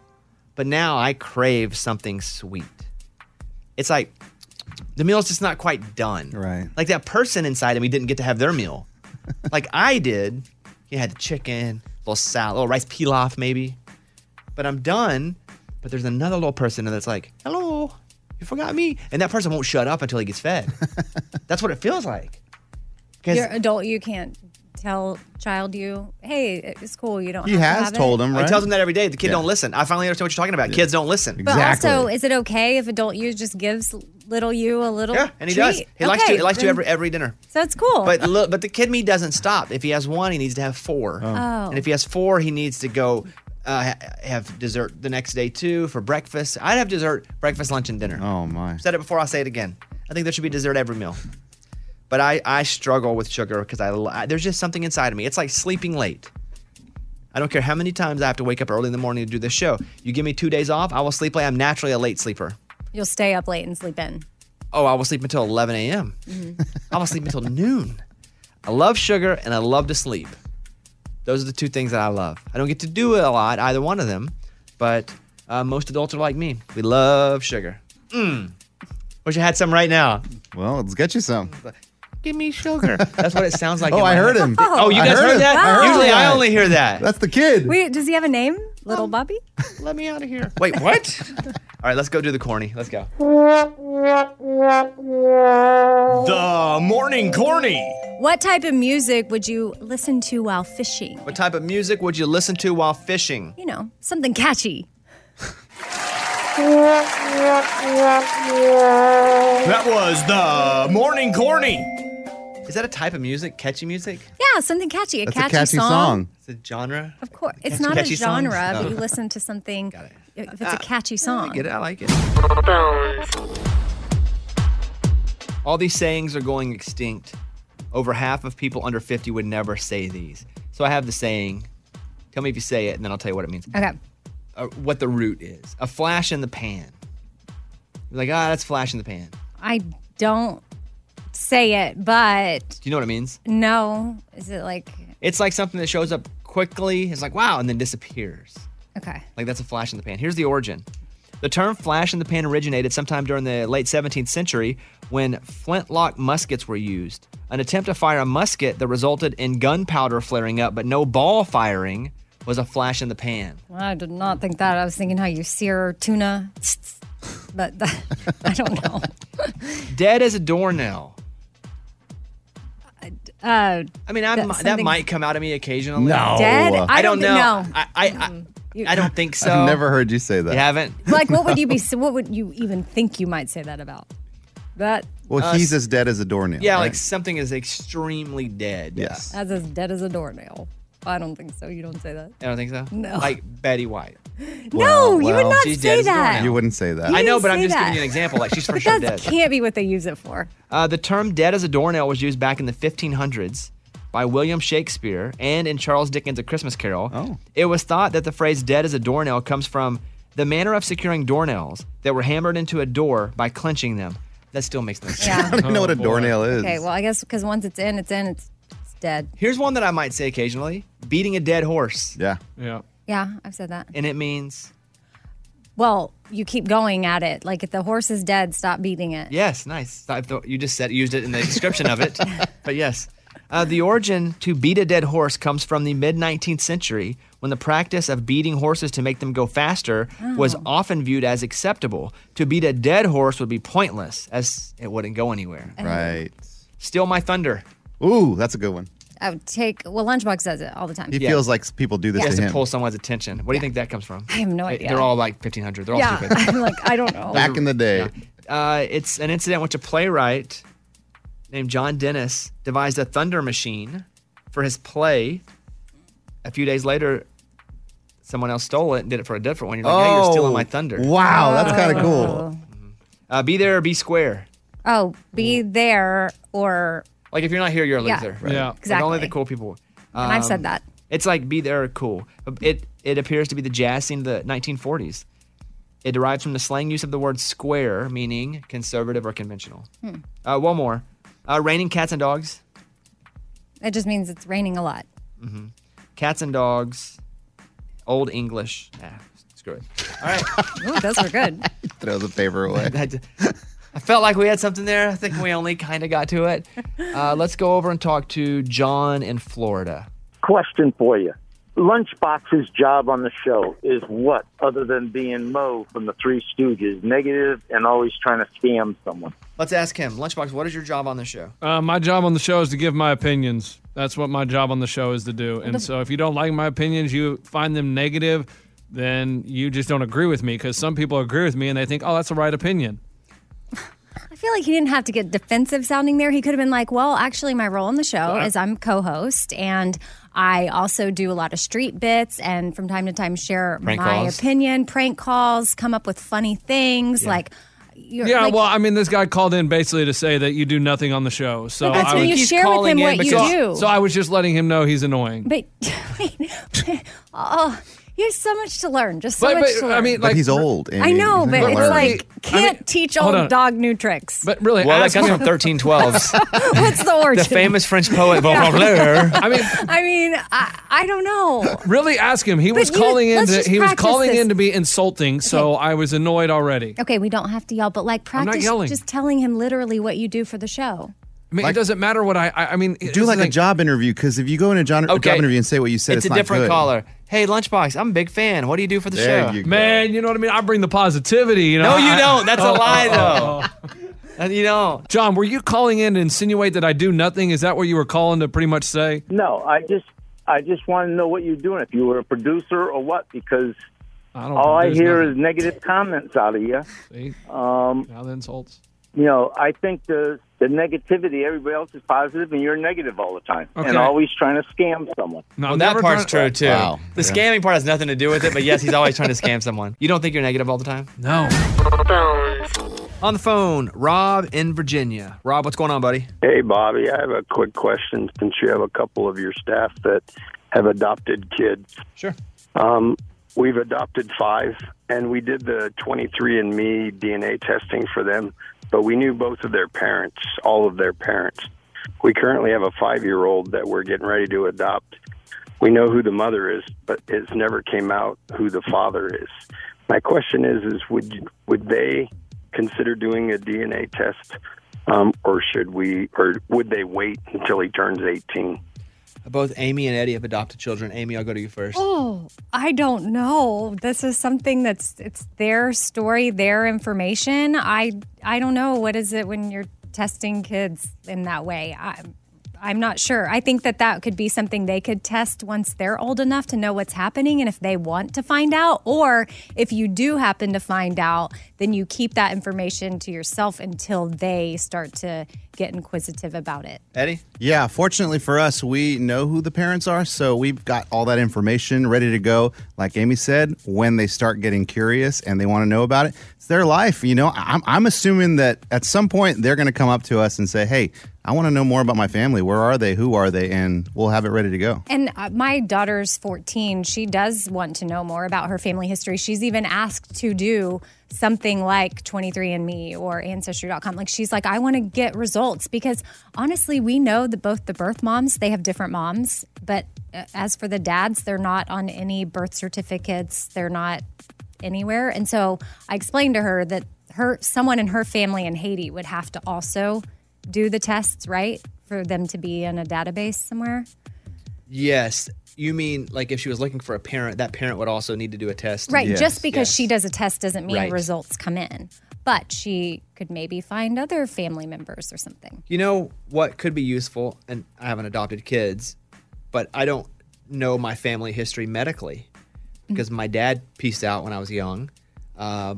[SPEAKER 1] but now I crave something sweet. It's like the meal's just not quite done. Right. Like that person inside of me didn't get to have their meal. like I did. You had the chicken, little salad, little rice pilaf maybe. But I'm done. But there's another little person that's like, hello, you forgot me. And that person won't shut up until he gets fed. that's what it feels like. 'Cause-
[SPEAKER 2] You're adult. You can't tell child you, hey, it's cool. You don't.
[SPEAKER 1] He
[SPEAKER 2] have to have it.
[SPEAKER 1] He tells him that every day. The kid don't listen. I finally understand what you're talking about. Kids don't listen.
[SPEAKER 2] But also, is it okay if adult you just gives little you a little?
[SPEAKER 1] yeah, and he
[SPEAKER 2] treat?
[SPEAKER 1] does. He likes to.
[SPEAKER 2] Okay,
[SPEAKER 1] He likes to
[SPEAKER 2] then-
[SPEAKER 1] every every dinner.
[SPEAKER 2] So that's cool.
[SPEAKER 1] But look, but the kid me doesn't stop. If he has one, he needs to have four.
[SPEAKER 2] Oh.
[SPEAKER 1] And if he has four, he needs to go uh, ha- have dessert the next day too for breakfast. I'd have dessert, breakfast, lunch, and dinner.
[SPEAKER 7] Oh my.
[SPEAKER 1] Said it before. I'll say it again. I think there should be dessert every meal. But I, I struggle with sugar because I, li- I- there's just something inside of me. It's like sleeping late. I don't care how many times I have to wake up early in the morning to do this show. You give me two days off, I will sleep late. I'm naturally a late sleeper.
[SPEAKER 2] You'll stay up late and sleep in.
[SPEAKER 1] Oh, I will sleep until 11 a.m.
[SPEAKER 2] Mhm.
[SPEAKER 1] I will sleep until noon. I love sugar and I love to sleep. Those are the two things that I love. I don't get to do it a lot, either one of them, but uh, most adults are like me. We love sugar. Mm. Wish I had some right now.
[SPEAKER 7] Well, let's get you some.
[SPEAKER 1] Give me sugar. That's what it sounds like.
[SPEAKER 7] Oh,
[SPEAKER 1] in my
[SPEAKER 7] I heard
[SPEAKER 1] head.
[SPEAKER 7] him.
[SPEAKER 1] Oh, you
[SPEAKER 7] I
[SPEAKER 1] guys
[SPEAKER 7] heard
[SPEAKER 1] heard,
[SPEAKER 7] him.
[SPEAKER 1] that?
[SPEAKER 7] I heard
[SPEAKER 1] Usually I
[SPEAKER 7] that.
[SPEAKER 1] only hear that.
[SPEAKER 7] That's the kid.
[SPEAKER 2] Wait, does he have a name? Little Bobby?
[SPEAKER 1] Um, Let me out of here. Wait, what? All right, let's go do the corny. Let's go.
[SPEAKER 2] The
[SPEAKER 1] morning corny.
[SPEAKER 2] What type of music would you listen to while fishing?
[SPEAKER 1] What type of music would you listen to while fishing?
[SPEAKER 2] You know, something catchy. yeah,
[SPEAKER 1] That was the morning corny. Is that a type of music? Catchy music?
[SPEAKER 2] something catchy. A,
[SPEAKER 1] That's
[SPEAKER 2] catchy, song.
[SPEAKER 1] It's a genre.
[SPEAKER 2] Of course. It's
[SPEAKER 1] Catchy-
[SPEAKER 2] not
[SPEAKER 1] catchy
[SPEAKER 2] a
[SPEAKER 1] songs?
[SPEAKER 2] genre,
[SPEAKER 1] Oh.
[SPEAKER 2] but you listen to something.
[SPEAKER 1] Ah.
[SPEAKER 2] If it's a catchy song.
[SPEAKER 1] I get it. I like it. All these sayings are going extinct. Over half of people under 50 would never say these. So I have the saying. Tell me if you say it, and then I'll tell you what it means.
[SPEAKER 2] Okay.
[SPEAKER 1] Uh, what the root is. A flash in the pan. You're like, ah, that's flash in the pan.
[SPEAKER 2] I don't say it, but
[SPEAKER 1] Do you know what it means?
[SPEAKER 2] no. Is it like
[SPEAKER 1] It's like something that shows up quickly. It's like, wow, and then disappears.
[SPEAKER 2] okay?
[SPEAKER 1] Like that's a flash in the pan. Here's the origin. The term flash in the pan originated sometime during the late 17th century when flintlock muskets were used. An attempt to fire a musket that resulted in gunpowder flaring up, but no ball firing, was a flash in the pan.
[SPEAKER 2] Well, I did not think that. I was thinking how you sear tuna, but that, I don't know.
[SPEAKER 1] Dead as a doornail.
[SPEAKER 2] Uh,
[SPEAKER 1] I mean, I'm, that, might come out of me occasionally.
[SPEAKER 7] No. Dead? I
[SPEAKER 1] I don't,
[SPEAKER 2] don't
[SPEAKER 1] know.
[SPEAKER 2] thi- no.
[SPEAKER 1] I, I, I, I don't think so.
[SPEAKER 7] I've never heard you say that.
[SPEAKER 1] You haven't?
[SPEAKER 2] Like, what would you be? What would you even think you might say that about? That
[SPEAKER 7] Well,
[SPEAKER 1] Uh,
[SPEAKER 7] he's as dead as a doornail.
[SPEAKER 1] Yeah,
[SPEAKER 7] right?
[SPEAKER 1] like something is extremely dead.
[SPEAKER 7] Yes.
[SPEAKER 2] that's as dead as a doornail. I don't think so. You don't say that.
[SPEAKER 1] I don't think so.
[SPEAKER 2] No.
[SPEAKER 1] Like Betty White.
[SPEAKER 2] No, you would not
[SPEAKER 1] She's dead as
[SPEAKER 2] say
[SPEAKER 1] a
[SPEAKER 2] that.
[SPEAKER 1] doornail.
[SPEAKER 7] You wouldn't say that.
[SPEAKER 2] You
[SPEAKER 1] I know,
[SPEAKER 2] didn't
[SPEAKER 1] but I'm
[SPEAKER 2] say
[SPEAKER 1] just giving
[SPEAKER 2] that.
[SPEAKER 1] you an example. Like she's for
[SPEAKER 2] But
[SPEAKER 1] sure
[SPEAKER 2] that
[SPEAKER 1] dead.
[SPEAKER 2] can't be what they use it for.
[SPEAKER 1] Uh, the term dead as a doornail was used back in the 1500s by William Shakespeare and in Charles Dickens' A Christmas Carol. Oh. It was thought that the phrase dead as a doornail comes from the manner of securing doornails that were hammered into a door by clenching them. That still makes no sense.
[SPEAKER 2] Yeah. I don't
[SPEAKER 7] even know what a doornail
[SPEAKER 2] Okay, well, I guess because once it's in, it's in. It's, it's dead.
[SPEAKER 1] Here's one that I might say occasionally beating a dead horse.
[SPEAKER 7] Yeah.
[SPEAKER 1] Yeah.
[SPEAKER 2] Yeah, I've said that.
[SPEAKER 1] And it means,
[SPEAKER 2] Well, you keep going at it. Like if the horse is dead, stop beating it.
[SPEAKER 1] yes, nice. I thought you just said used it in the description of it. But yes. Uh, the origin to beat a dead horse comes from the mid 19th century when the practice of beating horses to make them go faster was
[SPEAKER 2] Oh.
[SPEAKER 1] often viewed as acceptable. To beat a dead horse would be pointless as it wouldn't go anywhere.
[SPEAKER 2] Oh.
[SPEAKER 7] Right.
[SPEAKER 1] Steal my thunder.
[SPEAKER 7] Ooh, that's a good one.
[SPEAKER 2] I would take. Well, Lunchbox does it all the time.
[SPEAKER 7] He feels like people do this
[SPEAKER 1] He has
[SPEAKER 7] to
[SPEAKER 1] to
[SPEAKER 7] him.
[SPEAKER 1] pull someone's attention. What do you think that comes from?
[SPEAKER 2] I have no idea.
[SPEAKER 1] They're all like 1500. They're all
[SPEAKER 2] yeah,
[SPEAKER 1] stupid.
[SPEAKER 2] I'm like I don't know.
[SPEAKER 7] Back in the day.
[SPEAKER 1] Uh, it's an incident in which a playwright named John Dennis devised a thunder machine for his play. A few days later, someone else stole it and did it for a different one. You're like, hey, you're stealing
[SPEAKER 7] Oh,
[SPEAKER 1] my thunder.
[SPEAKER 7] wow, that's kinda cool.
[SPEAKER 1] Uh, be there or be square.
[SPEAKER 2] Oh, be there or
[SPEAKER 1] Like, if you're not here, you're a
[SPEAKER 2] Yeah.
[SPEAKER 1] loser.
[SPEAKER 2] Yeah.
[SPEAKER 1] Like, only the
[SPEAKER 2] Exactly.
[SPEAKER 1] cool people. Um,
[SPEAKER 2] And I've said that.
[SPEAKER 1] It's like be there or cool. It, it appears to be the jazz scene of the 1940s. It derives from the slang use of the word square, meaning conservative or conventional.
[SPEAKER 2] hmm.
[SPEAKER 1] Uh, one more. Uh, raining cats and dogs.
[SPEAKER 2] it just means it's raining a lot.
[SPEAKER 1] hmm Cats and dogs. Old English. Ah, screw it. All right.
[SPEAKER 2] Ooh, those were good.
[SPEAKER 7] Throw the paper away.
[SPEAKER 1] I felt like we had something there. I think we only kind of got to it. Uh, let's go over and talk to John in Florida.
[SPEAKER 17] Question for you. Lunchbox's job on the show is what, other than being Mo from the Three Stooges, negative and always trying to scam someone?
[SPEAKER 1] Let's ask him. Lunchbox, what is your job on the show?
[SPEAKER 12] Uh, my job on the show is to give my opinions. That's what my job on the show is to do. And so if you don't like my opinions, you find them negative, then you just don't agree with me because some people agree with me and they think, oh, that's the right opinion.
[SPEAKER 2] I feel like he didn't have to get defensive sounding there. He could have been like, well, actually, my role on the show
[SPEAKER 18] Yeah.
[SPEAKER 2] is I'm co host and I also do a lot of street bits and from time to time share
[SPEAKER 12] Prank
[SPEAKER 2] my
[SPEAKER 12] calls.
[SPEAKER 2] opinion, prank calls, come up with funny things. Like, you're,
[SPEAKER 12] yeah,
[SPEAKER 2] like,
[SPEAKER 12] well, I mean, this guy called in basically to say that you do nothing on the show. So
[SPEAKER 2] But that's
[SPEAKER 12] I
[SPEAKER 2] when you He's share with calling him in what you
[SPEAKER 12] because-
[SPEAKER 2] do.
[SPEAKER 12] So I was just letting him know he's annoying.
[SPEAKER 2] but wait, oh, he has so much to learn. Just so
[SPEAKER 12] But-
[SPEAKER 2] much
[SPEAKER 12] but,
[SPEAKER 2] to learn.
[SPEAKER 12] I mean, But like, he's
[SPEAKER 7] old.
[SPEAKER 2] I know, but it's like,
[SPEAKER 12] I mean,
[SPEAKER 2] can't teach
[SPEAKER 12] hold
[SPEAKER 2] old
[SPEAKER 12] on.
[SPEAKER 2] dog new tricks.
[SPEAKER 12] But really,
[SPEAKER 1] Well, that
[SPEAKER 12] ask
[SPEAKER 1] comes
[SPEAKER 12] him-
[SPEAKER 1] from 1312s.
[SPEAKER 2] What's the origin?
[SPEAKER 1] the famous French poet Baudelaire.
[SPEAKER 12] I mean,
[SPEAKER 2] I mean, I, I don't know.
[SPEAKER 12] really ask him. He
[SPEAKER 2] But
[SPEAKER 12] was
[SPEAKER 2] you-
[SPEAKER 12] calling in.
[SPEAKER 2] let's
[SPEAKER 12] To,
[SPEAKER 2] just
[SPEAKER 12] he was
[SPEAKER 2] practice
[SPEAKER 12] calling
[SPEAKER 2] this.
[SPEAKER 12] in to be insulting. So I was annoyed already.
[SPEAKER 2] Okay, we don't have to yell, but like
[SPEAKER 12] I'm not
[SPEAKER 2] practice
[SPEAKER 12] yelling.
[SPEAKER 2] just telling him literally what you do for the show.
[SPEAKER 12] I mean, it doesn't matter what I. I, I mean,
[SPEAKER 7] Do like a job interview because if you go in a job,
[SPEAKER 12] Okay.
[SPEAKER 7] job interview and say what you said, it's,
[SPEAKER 12] It's a
[SPEAKER 7] not
[SPEAKER 12] different
[SPEAKER 7] good.
[SPEAKER 12] caller.
[SPEAKER 1] Hey, Lunchbox, I'm a big fan. What do you do for the
[SPEAKER 7] There
[SPEAKER 1] show?
[SPEAKER 7] you
[SPEAKER 12] Man, you know what I mean? I bring the positivity. You know?
[SPEAKER 1] No, you
[SPEAKER 12] I-
[SPEAKER 1] don't. That's a
[SPEAKER 12] Oh,
[SPEAKER 1] lie,
[SPEAKER 12] oh,
[SPEAKER 1] though. you know,
[SPEAKER 12] John, were you calling in to insinuate that I do nothing? Is that what you were calling to pretty much say?
[SPEAKER 17] No, I just I just want to know what you're doing, if you were a producer or what, because
[SPEAKER 12] don't
[SPEAKER 17] all I
[SPEAKER 12] produce
[SPEAKER 17] hear
[SPEAKER 12] nothing.
[SPEAKER 17] is negative comments out of you.
[SPEAKER 12] See?
[SPEAKER 17] Um,
[SPEAKER 12] now the insults.
[SPEAKER 17] You know, I think the the negativity, everybody else is positive, and you're negative all the time,
[SPEAKER 1] Okay.
[SPEAKER 17] and always trying to scam someone.
[SPEAKER 1] well, that part's true too.
[SPEAKER 17] Wow.
[SPEAKER 1] The scamming part has nothing to do with it, but yes, he's always trying to scam someone. You don't think you're negative all the time?
[SPEAKER 12] No.
[SPEAKER 1] On the phone, Rob in Virginia. Rob, what's going on, buddy?
[SPEAKER 18] Hey, Bobby, I have a quick question since you have a couple of your staff that have adopted kids.
[SPEAKER 1] Sure.
[SPEAKER 18] Um, we've adopted five, and we did the 23andMe DNA testing for them, but we knew both of their parents, all of their parents. We currently have a five year old that we're getting ready to adopt. We know who the mother is, but it's never came out who the father is. My question is: is would would they consider doing a DNA test, um, or should we, or would they wait until he turns eighteen?
[SPEAKER 1] Both Amy and Eddie have adopted children. Amy, I'll go to you first.
[SPEAKER 2] Oh, I don't know. This is something that's it's their story, their information. I I don't know what is it when you're testing kids in that way. I, I'm not sure. I think that that could be something they could test once they're old enough to know what's happening and if they want to find out. Or if you do happen to find out, then you keep that information to yourself until they start to get inquisitive about it.
[SPEAKER 1] Eddie?
[SPEAKER 7] Yeah, fortunately for us, we know who the parents are, so we've got all that information ready to go. Like Amy said, when they start getting curious and they want to know about it, it's their life. You know, I'm, I'm assuming that at some point they're going to come up to us and say, hey, I want to know more about my family. Where are they? Who are they? And we'll have it ready to go.
[SPEAKER 2] And uh, my daughter's 14. She does want to know more about her family history. She's even asked to do something like 23andMe or Ancestry.com. Like she's like, I want to get results because honestly, we know that both the birth moms, they have different moms. But uh, as for the dads, they're not on any birth certificates, they're not anywhere. And so I explained to her that her someone in her family in Haiti would have to also do the tests, right? For them to be in a database somewhere.
[SPEAKER 1] Yes. You mean like if she was looking for a parent, that parent would also need to do a test?
[SPEAKER 2] Right. Just because she does a test doesn't mean
[SPEAKER 1] Right.
[SPEAKER 2] results come in. But she could maybe find other family members or something.
[SPEAKER 1] You know what could be useful, and I haven't adopted kids, but I don't know my family history medically because my dad pieced out when I was young. Uh,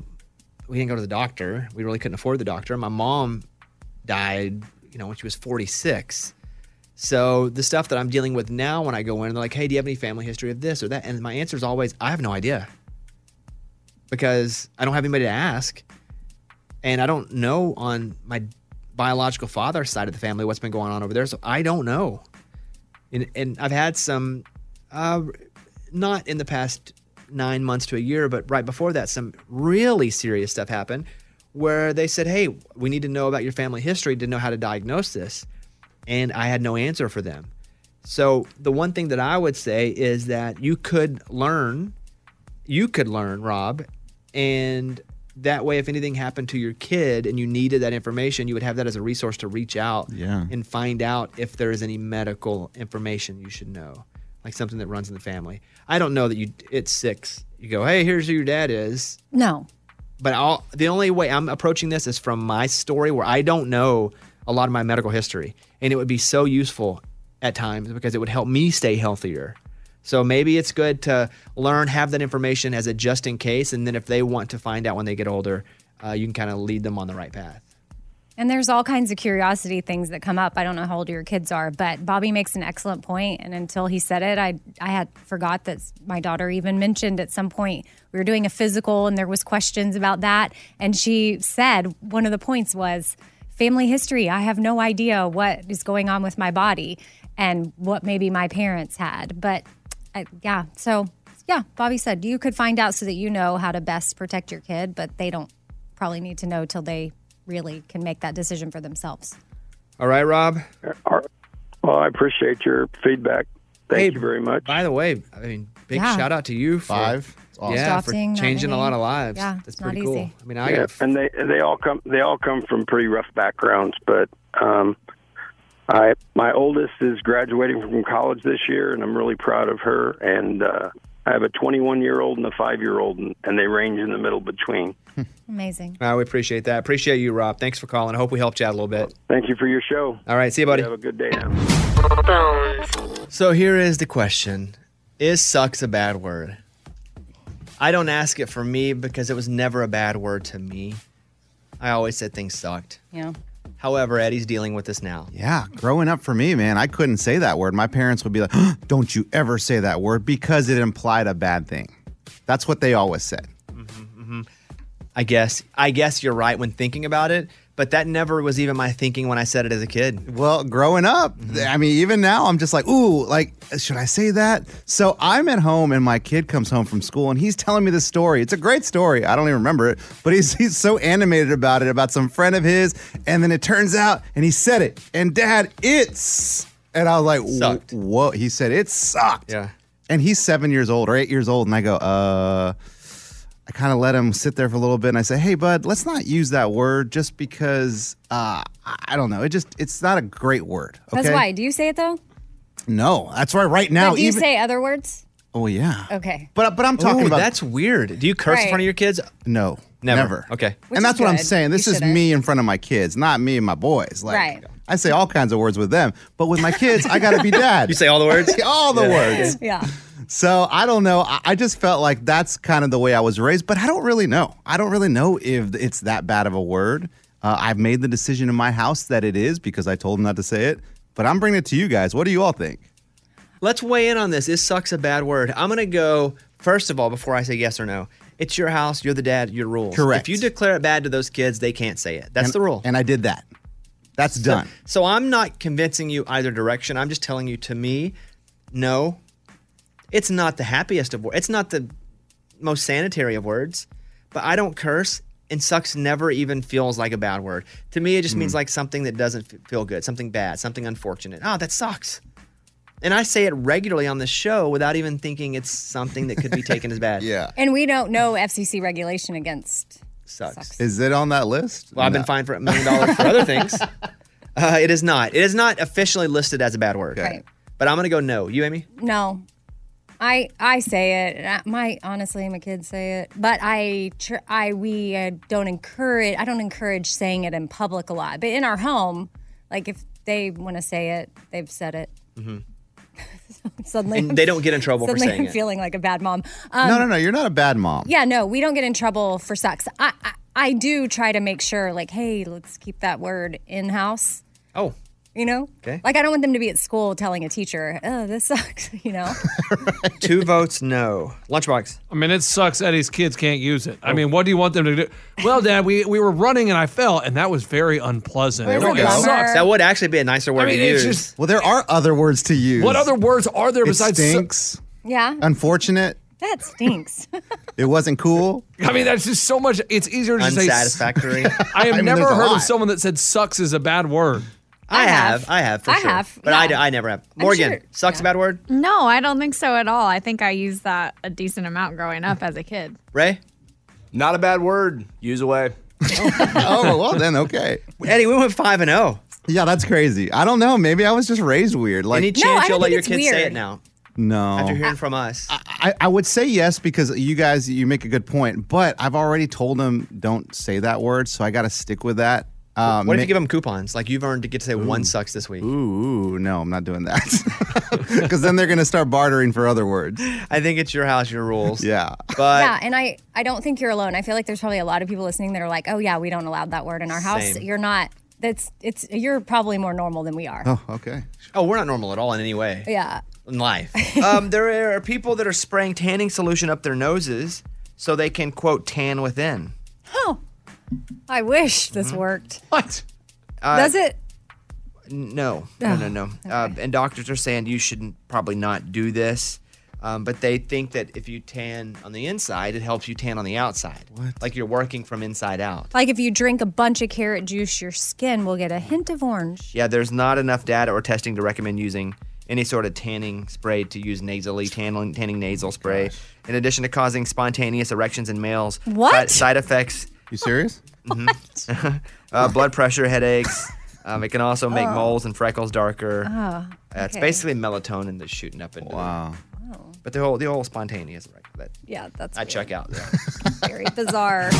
[SPEAKER 1] we didn't go to the doctor. We really couldn't afford the doctor. My mom died, you know, when she was 46. So the stuff that I'm dealing with now when I go in, they're like, hey, do you have any family history of this or that? And my answer is always, I have no idea because I don't have anybody to ask. And I don't know on my biological father's side of the family what's been going on over there. So I don't know. And, and I've had some, uh, not in the past nine months to a year, but right before that, some really serious stuff happened where they said, Hey, we need to know about your family history to know how to diagnose this. And I had no answer for them. So the one thing that I would say is that you could learn you could learn, Rob. And that way, if anything happened to your kid and you needed that information, you would have that as a resource to reach out
[SPEAKER 7] Yeah.
[SPEAKER 4] Mm-hmm.
[SPEAKER 1] and find out if there is any medical information you should know, like something that runs in the family. I don't know that you, it's six. You go, hey, here's who your dad is.
[SPEAKER 2] No.
[SPEAKER 1] But I'll, the only way I'm approaching this is from my story where I don't know a lot of my medical history. And it would be so useful at times because it would help me stay healthier. So maybe it's good to learn, have that information as a just in case. And then if they want to find out when they get older, uh, you can kind of lead them on the right path.
[SPEAKER 2] And there's all kinds of curiosity things that come up. I don't know how old your kids are, but Bobby makes an excellent point. And until he said it, I I had forgot that my daughter even mentioned at some point we were doing a physical and there was questions about that. And she said one of the points was family history. I have no idea what is going on with my body and what maybe my parents had. But I, yeah, so yeah, Bobby said you could find out so that you know how to best protect your kid, but they don't probably need to know till they really can make that decision for themselves.
[SPEAKER 1] All right, Rob.
[SPEAKER 18] Well, I appreciate your feedback. Thank you very much.
[SPEAKER 1] By the way, I mean, big
[SPEAKER 18] Yeah.
[SPEAKER 1] shout out to you for
[SPEAKER 18] Five. It's awesome.
[SPEAKER 1] yeah,
[SPEAKER 18] Adopting,
[SPEAKER 1] for changing a lot of lives.
[SPEAKER 18] nominating. Yeah,
[SPEAKER 1] That's
[SPEAKER 18] it's not
[SPEAKER 1] pretty cool.
[SPEAKER 18] easy.
[SPEAKER 1] I mean, I
[SPEAKER 18] yeah,
[SPEAKER 1] got
[SPEAKER 18] and they they all come they all come from pretty rough backgrounds, but um, I my oldest is graduating from college this year, and I'm really proud of her. And uh, I have a 21 year old and a five year old, and, and they range in the middle between.
[SPEAKER 2] Amazing.
[SPEAKER 1] All right, we appreciate that. Appreciate you, Rob. Thanks for calling. I hope we helped you out a little bit.
[SPEAKER 18] Thank you for your show.
[SPEAKER 1] All right, see you, buddy.
[SPEAKER 18] Have a good day now.
[SPEAKER 1] So here is the question Is sucks a bad word? I don't ask it for me because it was never a bad word to me. I always said things sucked.
[SPEAKER 2] Yeah.
[SPEAKER 1] However, Eddie's dealing with this now.
[SPEAKER 7] Yeah, growing up for me, man, I couldn't say that word. My parents would be like, "Don't you ever say that word because it implied a bad thing." That's what they always said.
[SPEAKER 1] I guess. I guess you're right when thinking about it, but that never was even my thinking when I said it as a kid.
[SPEAKER 7] Well, growing up, I mean, even now, I'm just like, ooh, like, should I say that? So I'm at home and my kid comes home from school and he's telling me this story. It's a great story. I don't even remember it, but he's, he's so animated about it, about some friend of his. And then it turns out, and he said it, and dad, it's. And I was like, sucked. whoa. He said, it sucked. Yeah. And he's seven years old or eight years old. And I go, uh, I kind of let him sit there for a little bit and I say, hey, bud, let's not use that word just because, uh, I don't know. It just, it's not a great word. Okay?
[SPEAKER 2] That's why. Do you say it though?
[SPEAKER 7] No, that's why right now.
[SPEAKER 2] But do you
[SPEAKER 7] even,
[SPEAKER 2] say other words?
[SPEAKER 7] oh, yeah.
[SPEAKER 2] Okay.
[SPEAKER 7] But, but I'm talking
[SPEAKER 1] Ooh,
[SPEAKER 7] about.
[SPEAKER 1] that's weird. Do you curse in
[SPEAKER 2] Right.
[SPEAKER 1] front of your kids?
[SPEAKER 7] No.
[SPEAKER 1] Never.
[SPEAKER 7] Never.
[SPEAKER 1] Okay.
[SPEAKER 7] and
[SPEAKER 2] Which is
[SPEAKER 7] that's what I'm
[SPEAKER 2] good.
[SPEAKER 7] saying.
[SPEAKER 2] You
[SPEAKER 7] This is
[SPEAKER 2] shouldn't.
[SPEAKER 7] me in front of my kids, not me and my boys. Like,
[SPEAKER 2] right.
[SPEAKER 7] I say all kinds of words with them, but with my kids, I got to be dad.
[SPEAKER 1] You say all the words?
[SPEAKER 7] all the words.
[SPEAKER 2] yeah.
[SPEAKER 7] So I don't know. I, I just felt like that's kind of the way I was raised, but I don't really know. I don't really know if it's that bad of a word. Uh, I've made the decision in my house that it is because I told them not to say it. But I'm bringing it to you guys. What do you all think?
[SPEAKER 1] Let's weigh in on this. Is sucks a bad word? I'm going to go, first of all, before I say yes or no, it's your house, you're the dad, your rules.
[SPEAKER 7] Correct.
[SPEAKER 1] If you declare it bad to those kids, they can't say it. That's
[SPEAKER 7] And-
[SPEAKER 1] the rule.
[SPEAKER 7] And I did that. That's done.
[SPEAKER 1] So, so I'm not convincing you either direction. I'm just telling you to me, no, it's not the happiest of words. It's not the most sanitary of words, but I don't curse. And sucks never even feels like a bad word. To me, it just
[SPEAKER 7] Mm.
[SPEAKER 1] means like something that doesn't f- feel good, something bad, something unfortunate. Oh, that sucks. And I say it regularly on this show without even thinking it's something that could be taken as bad.
[SPEAKER 7] yeah.
[SPEAKER 2] And we don't know FCC regulation against.
[SPEAKER 1] Sucks.
[SPEAKER 7] Is it on that list?
[SPEAKER 1] Well, I've been fined for a million dollars for other things. Uh, it is not. It is not officially listed as a bad word.
[SPEAKER 2] Right.
[SPEAKER 1] But I'm going to go no. You, Amy?
[SPEAKER 2] No. I I say it. and I- My honestly, my kids say it, but I tr- I we uh, don't encourage. I don't encourage saying it in public a lot. But in our home, like if they want to say it, they've said it.
[SPEAKER 1] Mm-hmm.
[SPEAKER 2] Suddenly,
[SPEAKER 1] And they don't get in trouble for
[SPEAKER 2] suddenly
[SPEAKER 1] saying
[SPEAKER 2] I'm
[SPEAKER 1] it.
[SPEAKER 2] feeling like a bad mom. Um,
[SPEAKER 7] no, no, no. You're not a bad mom.
[SPEAKER 2] Yeah, no, we don't get in trouble for sex. I, I I do try to make sure, like, hey, let's keep that word in house.
[SPEAKER 1] Oh.
[SPEAKER 2] You know,
[SPEAKER 1] Okay.
[SPEAKER 2] like I don't want them to be at school telling a teacher, "Oh, this sucks." You know,
[SPEAKER 1] Two votes no. Lunchbox.
[SPEAKER 12] I mean, it sucks Eddie's kids can't use it. I
[SPEAKER 1] Oh.
[SPEAKER 12] mean, what do you want them to do? Well, Dad, we, we were running and I fell, and that was very unpleasant.
[SPEAKER 1] There we go. Sucks. That would actually be a nicer word
[SPEAKER 12] I mean,
[SPEAKER 1] to
[SPEAKER 12] it's
[SPEAKER 1] use.
[SPEAKER 12] just-
[SPEAKER 7] Well, there are other words to use.
[SPEAKER 12] What other words are there
[SPEAKER 7] It
[SPEAKER 12] besides su-
[SPEAKER 7] stinks?
[SPEAKER 2] yeah,
[SPEAKER 7] Unfortunate.
[SPEAKER 2] that stinks.
[SPEAKER 7] It wasn't cool.
[SPEAKER 12] I mean, that's just so much. It's easier to just say
[SPEAKER 1] unsatisfactory.
[SPEAKER 12] I have
[SPEAKER 1] I mean,
[SPEAKER 12] never
[SPEAKER 1] there's a
[SPEAKER 12] heard
[SPEAKER 1] lot.
[SPEAKER 12] of someone that said sucks is a bad word.
[SPEAKER 1] I have. I have, for
[SPEAKER 11] I
[SPEAKER 1] sure.
[SPEAKER 11] have,
[SPEAKER 1] But I,
[SPEAKER 11] yeah.
[SPEAKER 1] d- I never have.
[SPEAKER 11] I'm
[SPEAKER 1] Morgan,
[SPEAKER 11] sure-
[SPEAKER 1] sucks a bad word?
[SPEAKER 11] No, I don't think so at all. I think I used that a decent amount growing up as a kid.
[SPEAKER 1] Ray?
[SPEAKER 10] Not a bad word. Use away.
[SPEAKER 7] oh, well, then, okay.
[SPEAKER 1] Eddie, we went 5 and oh. 0.
[SPEAKER 7] Yeah, that's crazy. I don't know. Maybe I was just raised weird. Like,
[SPEAKER 1] Any
[SPEAKER 7] no,
[SPEAKER 1] chance
[SPEAKER 7] I,
[SPEAKER 1] you'll
[SPEAKER 2] think
[SPEAKER 1] let your
[SPEAKER 2] it's
[SPEAKER 1] kids say
[SPEAKER 2] weird.
[SPEAKER 1] it now? After
[SPEAKER 7] no.
[SPEAKER 1] hearing from us.
[SPEAKER 7] I, I would say yes because you guys, you make a good point, but I've already told them don't say that word, so I got to stick with that. Um,
[SPEAKER 1] what if you give them coupons? Like you've earned to get to say one sucks this week.
[SPEAKER 7] Ooh, no, I'm not doing that. Because then they're going to start bartering for other words.
[SPEAKER 1] I think it's your house, your rules.
[SPEAKER 7] Yeah.
[SPEAKER 1] But
[SPEAKER 2] yeah, and I I don't think you're alone. I feel like there's probably a lot of people listening that are like, "Oh yeah, we don't allow that word in our house."
[SPEAKER 1] Same.
[SPEAKER 2] You're not. That's it's. You're probably more normal than we are.
[SPEAKER 7] Oh, okay.
[SPEAKER 1] Oh, we're not normal at all in any way.
[SPEAKER 2] Yeah.
[SPEAKER 1] in life. um, there are people that are spraying tanning solution up their noses so they can quote tan within.
[SPEAKER 2] Oh, I wish this worked.
[SPEAKER 12] What?
[SPEAKER 1] Mm-hmm. Uh,
[SPEAKER 2] Does it?
[SPEAKER 1] n- No, no,
[SPEAKER 2] Oh,
[SPEAKER 1] no, no. Uh, and doctors are saying you shouldn't probably not do this. Um, but they think that if you tan on the inside, it helps you tan on the outside. What? Like you're working from inside out.
[SPEAKER 2] Like if you drink a bunch of carrot juice, your skin will get a hint of orange.
[SPEAKER 1] Yeah, there's not enough data or testing to recommend using any sort of tanning spray to use nasally, tanning, tanning nasal spray. In addition to causing spontaneous erections in males,
[SPEAKER 2] What?
[SPEAKER 1] side, side effects.
[SPEAKER 7] You serious?
[SPEAKER 1] uh, blood pressure, headaches. Um, it can also make
[SPEAKER 2] Oh.
[SPEAKER 1] moles and freckles darker.
[SPEAKER 2] Oh,
[SPEAKER 1] Uh, it's
[SPEAKER 2] okay.
[SPEAKER 1] basically melatonin that's shooting up into. Wow. But the whole the whole spontaneous right? That
[SPEAKER 2] Oh. Yeah, that's
[SPEAKER 1] I check out.
[SPEAKER 2] very bizarre.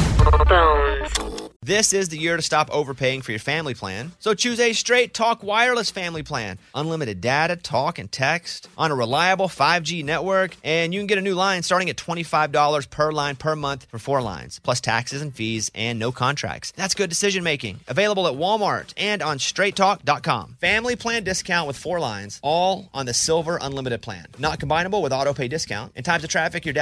[SPEAKER 15] This is the year to stop overpaying for your family plan. So choose a straight talk wireless family plan. Unlimited data, talk, and text on a reliable 5G network. And you can get a new line starting at $25 per line per month for four lines, plus taxes and fees and no contracts. That's good decision making. Available at Walmart and on straighttalk.com. Family plan discount with four lines, all on the Silver Unlimited plan. Not combinable with auto no-pay discount. In times of traffic, your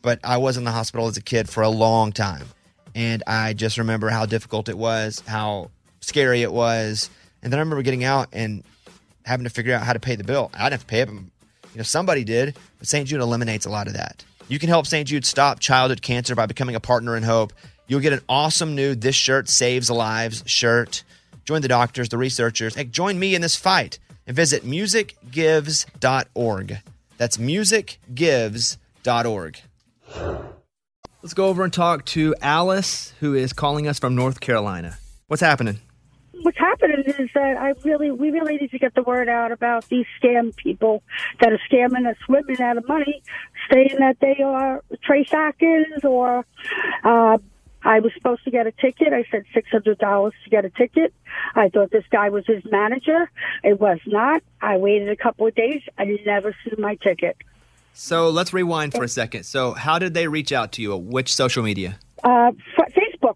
[SPEAKER 15] but I was in the hospital as a kid for a long time. And I just remember how difficult it was, how scary it was. And then I remember getting out and having to figure out how to pay the bill. I didn't have to pay it, but you know somebody did. But St. Jude eliminates a lot of that. You can help St. Jude stop childhood cancer by becoming a partner in hope. You'll get an awesome new "This Shirt Saves Lives" shirt. Join the doctors, the researchers, and join me in this fight. And visit musicgives.org. That's musicgives.org.
[SPEAKER 1] Let's go over and talk to Alice, who is calling us from North Carolina. What's happening?
[SPEAKER 19] what's happening is that I really, we really need to get the word out about these scam people that are scamming us women out of money, saying that they are trace actors or, uh, I was supposed to get a ticket. I said $600 to get a ticket. I thought this guy was his manager. It was not. I waited a couple of days. I never see my ticket.
[SPEAKER 1] So let's rewind for a second. So, how did they reach out to you? Which social media?
[SPEAKER 19] Uh, f- Facebook.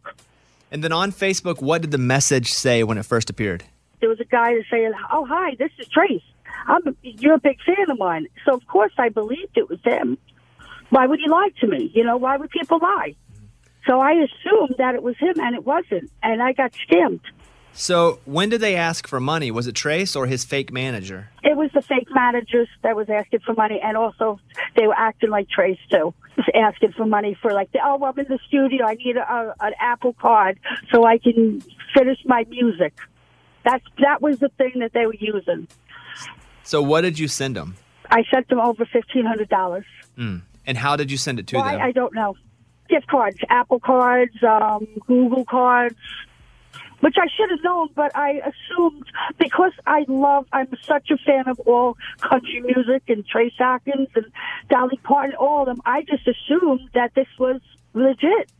[SPEAKER 1] And then on Facebook, what did the message say when it first appeared?
[SPEAKER 19] there was a guy that's saying, "Oh, hi, this is Trace. I'm a, you're a big fan of mine." So of course I believed it was him. Why would he lie to me? You know, why would people lie? So I assumed that it was him, and it wasn't, and I got scammed.
[SPEAKER 1] So, when did they ask for money? Was it Trace or his fake manager?
[SPEAKER 19] It was the fake managers that was asking for money, and also they were acting like Trace too, was asking for money for like, the, oh, I'm in the studio. I need a, a, an Apple Card so I can finish my music. That's that was the thing that they were using.
[SPEAKER 1] So, what did you send them?
[SPEAKER 19] I sent them over fifteen hundred dollars.
[SPEAKER 1] Mm. And how did you send it to
[SPEAKER 19] Why
[SPEAKER 1] them?
[SPEAKER 19] I don't know. Gift cards, Apple cards, um, Google cards, which I should have known, but I assumed because I love. I'm such a fan of all country music and Trace Atkins and Dolly Parton, all of them. I just assumed that this was legit.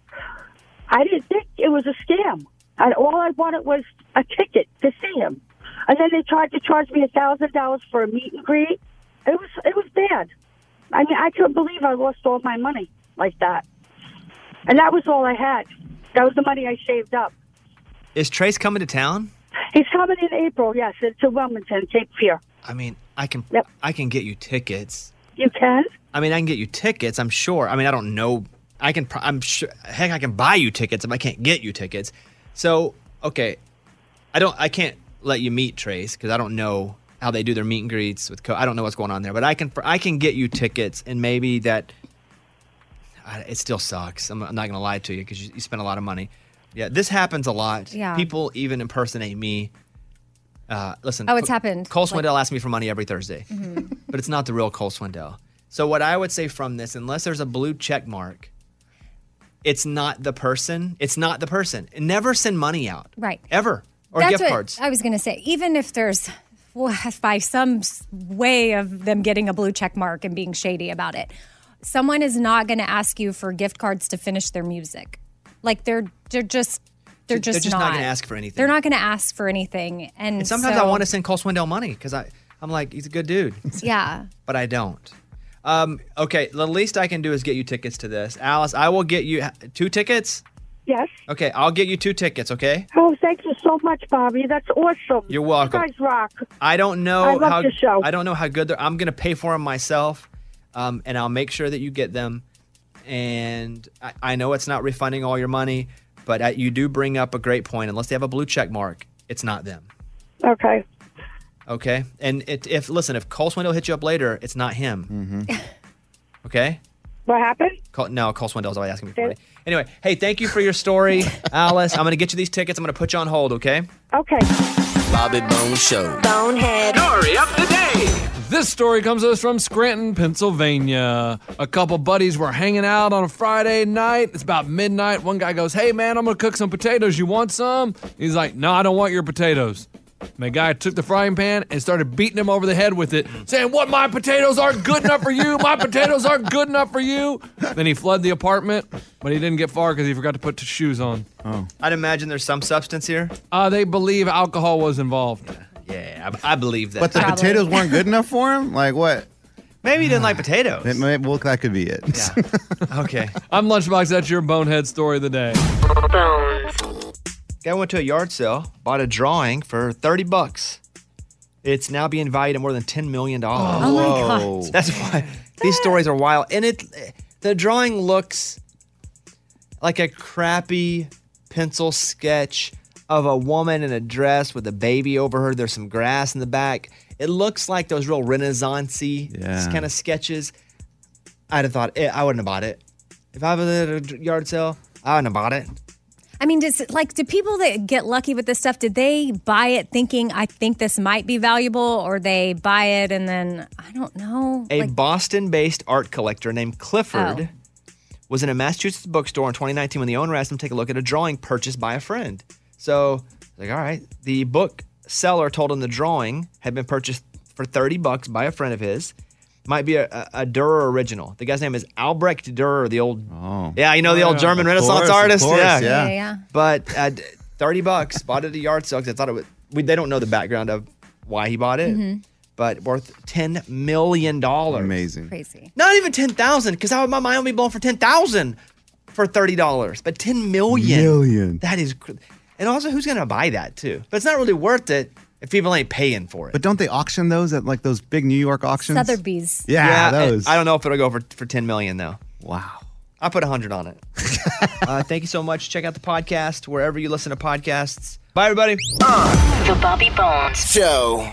[SPEAKER 19] I didn't think it was a scam, and all I wanted was a ticket to see him. And then they tried to charge me a thousand dollars for a meet and greet. It was it was bad. I mean, I couldn't believe I lost all my money like that. And that was all I had. That was the money I saved up.
[SPEAKER 1] Is Trace coming to town?
[SPEAKER 19] He's coming in April, yes, to Wilmington, Cape Fear.
[SPEAKER 1] I mean, I can I can get you tickets.
[SPEAKER 19] You can?
[SPEAKER 1] I mean, I can get you tickets. I'm sure. I mean, I don't know. I can. pro- I'm sure. Heck, I can buy you tickets if I can't get you tickets. So okay, I don't. I can't let you meet Trace because I don't know how they do their meet and greets with. Co- I don't know what's going on there, but I can. pr- I can get you tickets, and maybe that. I, it still sucks. I'm, I'm not gonna lie to you because you, you spent a lot of money. Yeah, this happens a lot.
[SPEAKER 2] Yeah.
[SPEAKER 1] people even impersonate me. Uh, listen.
[SPEAKER 2] Oh, it's
[SPEAKER 1] Co-
[SPEAKER 2] happened.
[SPEAKER 1] Cole
[SPEAKER 2] Like-
[SPEAKER 1] Swindell asks me for money every Thursday
[SPEAKER 2] Mhm.
[SPEAKER 1] but it's not the real Cole Swindell. So what I would say from this, unless there's a blue check mark, it's not the person. It's not the person. Never send money out
[SPEAKER 2] Right.
[SPEAKER 1] ever or
[SPEAKER 2] That's
[SPEAKER 1] gift
[SPEAKER 2] what
[SPEAKER 1] cards.
[SPEAKER 2] I was going to say, even if there's well, by some s- way of them getting a blue check mark and being shady about it, someone is not going to ask you for gift cards to finish their music. Like they're they're just they're just,
[SPEAKER 1] they're just not, going to ask for anything.
[SPEAKER 2] They're not going to ask for anything. And,
[SPEAKER 1] and sometimes
[SPEAKER 2] so-
[SPEAKER 1] I want to send Cole Swindell money because I I'm like he's a good dude,
[SPEAKER 2] Yeah.
[SPEAKER 1] but I don't. Um, okay, the least I can do is get you tickets to this, Alice. I will get you two tickets.
[SPEAKER 19] Yes.
[SPEAKER 1] Okay, I'll get you two tickets. Okay.
[SPEAKER 19] Oh, thank you so much, Bobby. That's awesome.
[SPEAKER 1] You're welcome.
[SPEAKER 19] You guys rock.
[SPEAKER 1] I don't know
[SPEAKER 19] I love
[SPEAKER 1] how
[SPEAKER 19] your show.
[SPEAKER 1] I don't know how good they're. I'm gonna pay for them myself, um, and I'll make sure that you get them. And I, I know it's not refunding all your money, but I, you do bring up a great point. Unless they have a blue check mark, it's not them.
[SPEAKER 19] Okay.
[SPEAKER 1] Mm-hmm. Okay. And it, if listen, if Cole Swindle hits you up later, it's not him. Okay.
[SPEAKER 19] What happened?
[SPEAKER 1] Call, no, Cole Swindell's always asking me for money. Anyway, hey, thank you for your story, Alice. I'm going to get you these tickets. I'm going to put you on hold, okay?
[SPEAKER 19] Okay.
[SPEAKER 1] Bobby Bone Show.
[SPEAKER 19] Bonehead. Story of the day.
[SPEAKER 12] This story comes to us from Scranton, Pennsylvania. A couple buddies were hanging out on a Friday night. It's about midnight. One guy goes, Hey, man, I'm going to cook some potatoes. You want some? He's like, No, I don't want your potatoes. And the guy took the frying pan and started beating him over the head with it, saying, What, my potatoes aren't good enough for you? My potatoes aren't good enough for you. Then he fled the apartment, but he didn't get far because he forgot to put his shoes on.
[SPEAKER 1] Oh. I'd imagine there's some substance here.
[SPEAKER 12] Uh, they believe alcohol was involved.
[SPEAKER 1] Yeah, I, I believe that.
[SPEAKER 7] But the potatoes weren't good enough for him? Like what?
[SPEAKER 1] Maybe he didn't like potatoes.
[SPEAKER 7] It may, well, that could be it.
[SPEAKER 1] okay.
[SPEAKER 12] I'm Lunchbox. That's your bonehead story of the day.
[SPEAKER 1] Guy went to a yard sale, bought a drawing for 30 bucks. It's now being valued at more than $10 million.
[SPEAKER 4] Oh my God.
[SPEAKER 1] Whoa. That's why these stories are wild. And it the drawing looks like a crappy pencil sketch of a woman in a dress with a baby over her. There's some grass in the back. It looks like those real renaissance
[SPEAKER 4] Yeah.
[SPEAKER 1] kind of sketches. I'd have thought, eh, I wouldn't have bought it. If I was at a yard sale, I wouldn't have bought it.
[SPEAKER 2] I mean, does like do people that get lucky with this stuff? Did they buy it thinking I think this might be valuable, or they buy it and then I don't know?
[SPEAKER 1] A
[SPEAKER 2] like,
[SPEAKER 1] Boston based art collector named
[SPEAKER 4] Oh.
[SPEAKER 1] Clifford was in a Massachusetts bookstore in 2019 when the owner asked him to take a look at a drawing purchased by a friend. So, like, all right. The book seller told him the drawing had been purchased for 30 bucks by a friend of his. Might be a, a, a Durer original. The guy's name is Albrecht Durer, the old. Oh. Yeah, you know, the
[SPEAKER 4] Oh,
[SPEAKER 1] old
[SPEAKER 4] yeah.
[SPEAKER 1] German
[SPEAKER 4] Of
[SPEAKER 1] Renaissance
[SPEAKER 4] course, of
[SPEAKER 1] artist.
[SPEAKER 4] course,
[SPEAKER 1] yeah.
[SPEAKER 4] yeah. Yeah, yeah.
[SPEAKER 1] But uh, d- 30 bucks, bought it at a yard sale because I thought it was. We, they don't know the background of why he bought it,
[SPEAKER 4] Mhm.
[SPEAKER 1] but worth $10 million. Amazing.
[SPEAKER 2] crazy.
[SPEAKER 1] Not even ten thousand, because how would my mind would be blown for ten thousand for thirty dollars, but ten million.
[SPEAKER 7] Million.
[SPEAKER 1] That is, cr- and also who's gonna buy that too? But it's not really worth it if people ain't paying for it.
[SPEAKER 7] But don't they auction those at like those big New York auctions?
[SPEAKER 2] Sotheby's.
[SPEAKER 7] Yeah,
[SPEAKER 1] and
[SPEAKER 7] those.
[SPEAKER 1] I don't know if it'll go for for ten million though. Wow. I put a hundred on it. uh, thank you so much. Check out the podcast wherever you listen to podcasts. Bye everybody.
[SPEAKER 20] The Bobby Bones Show.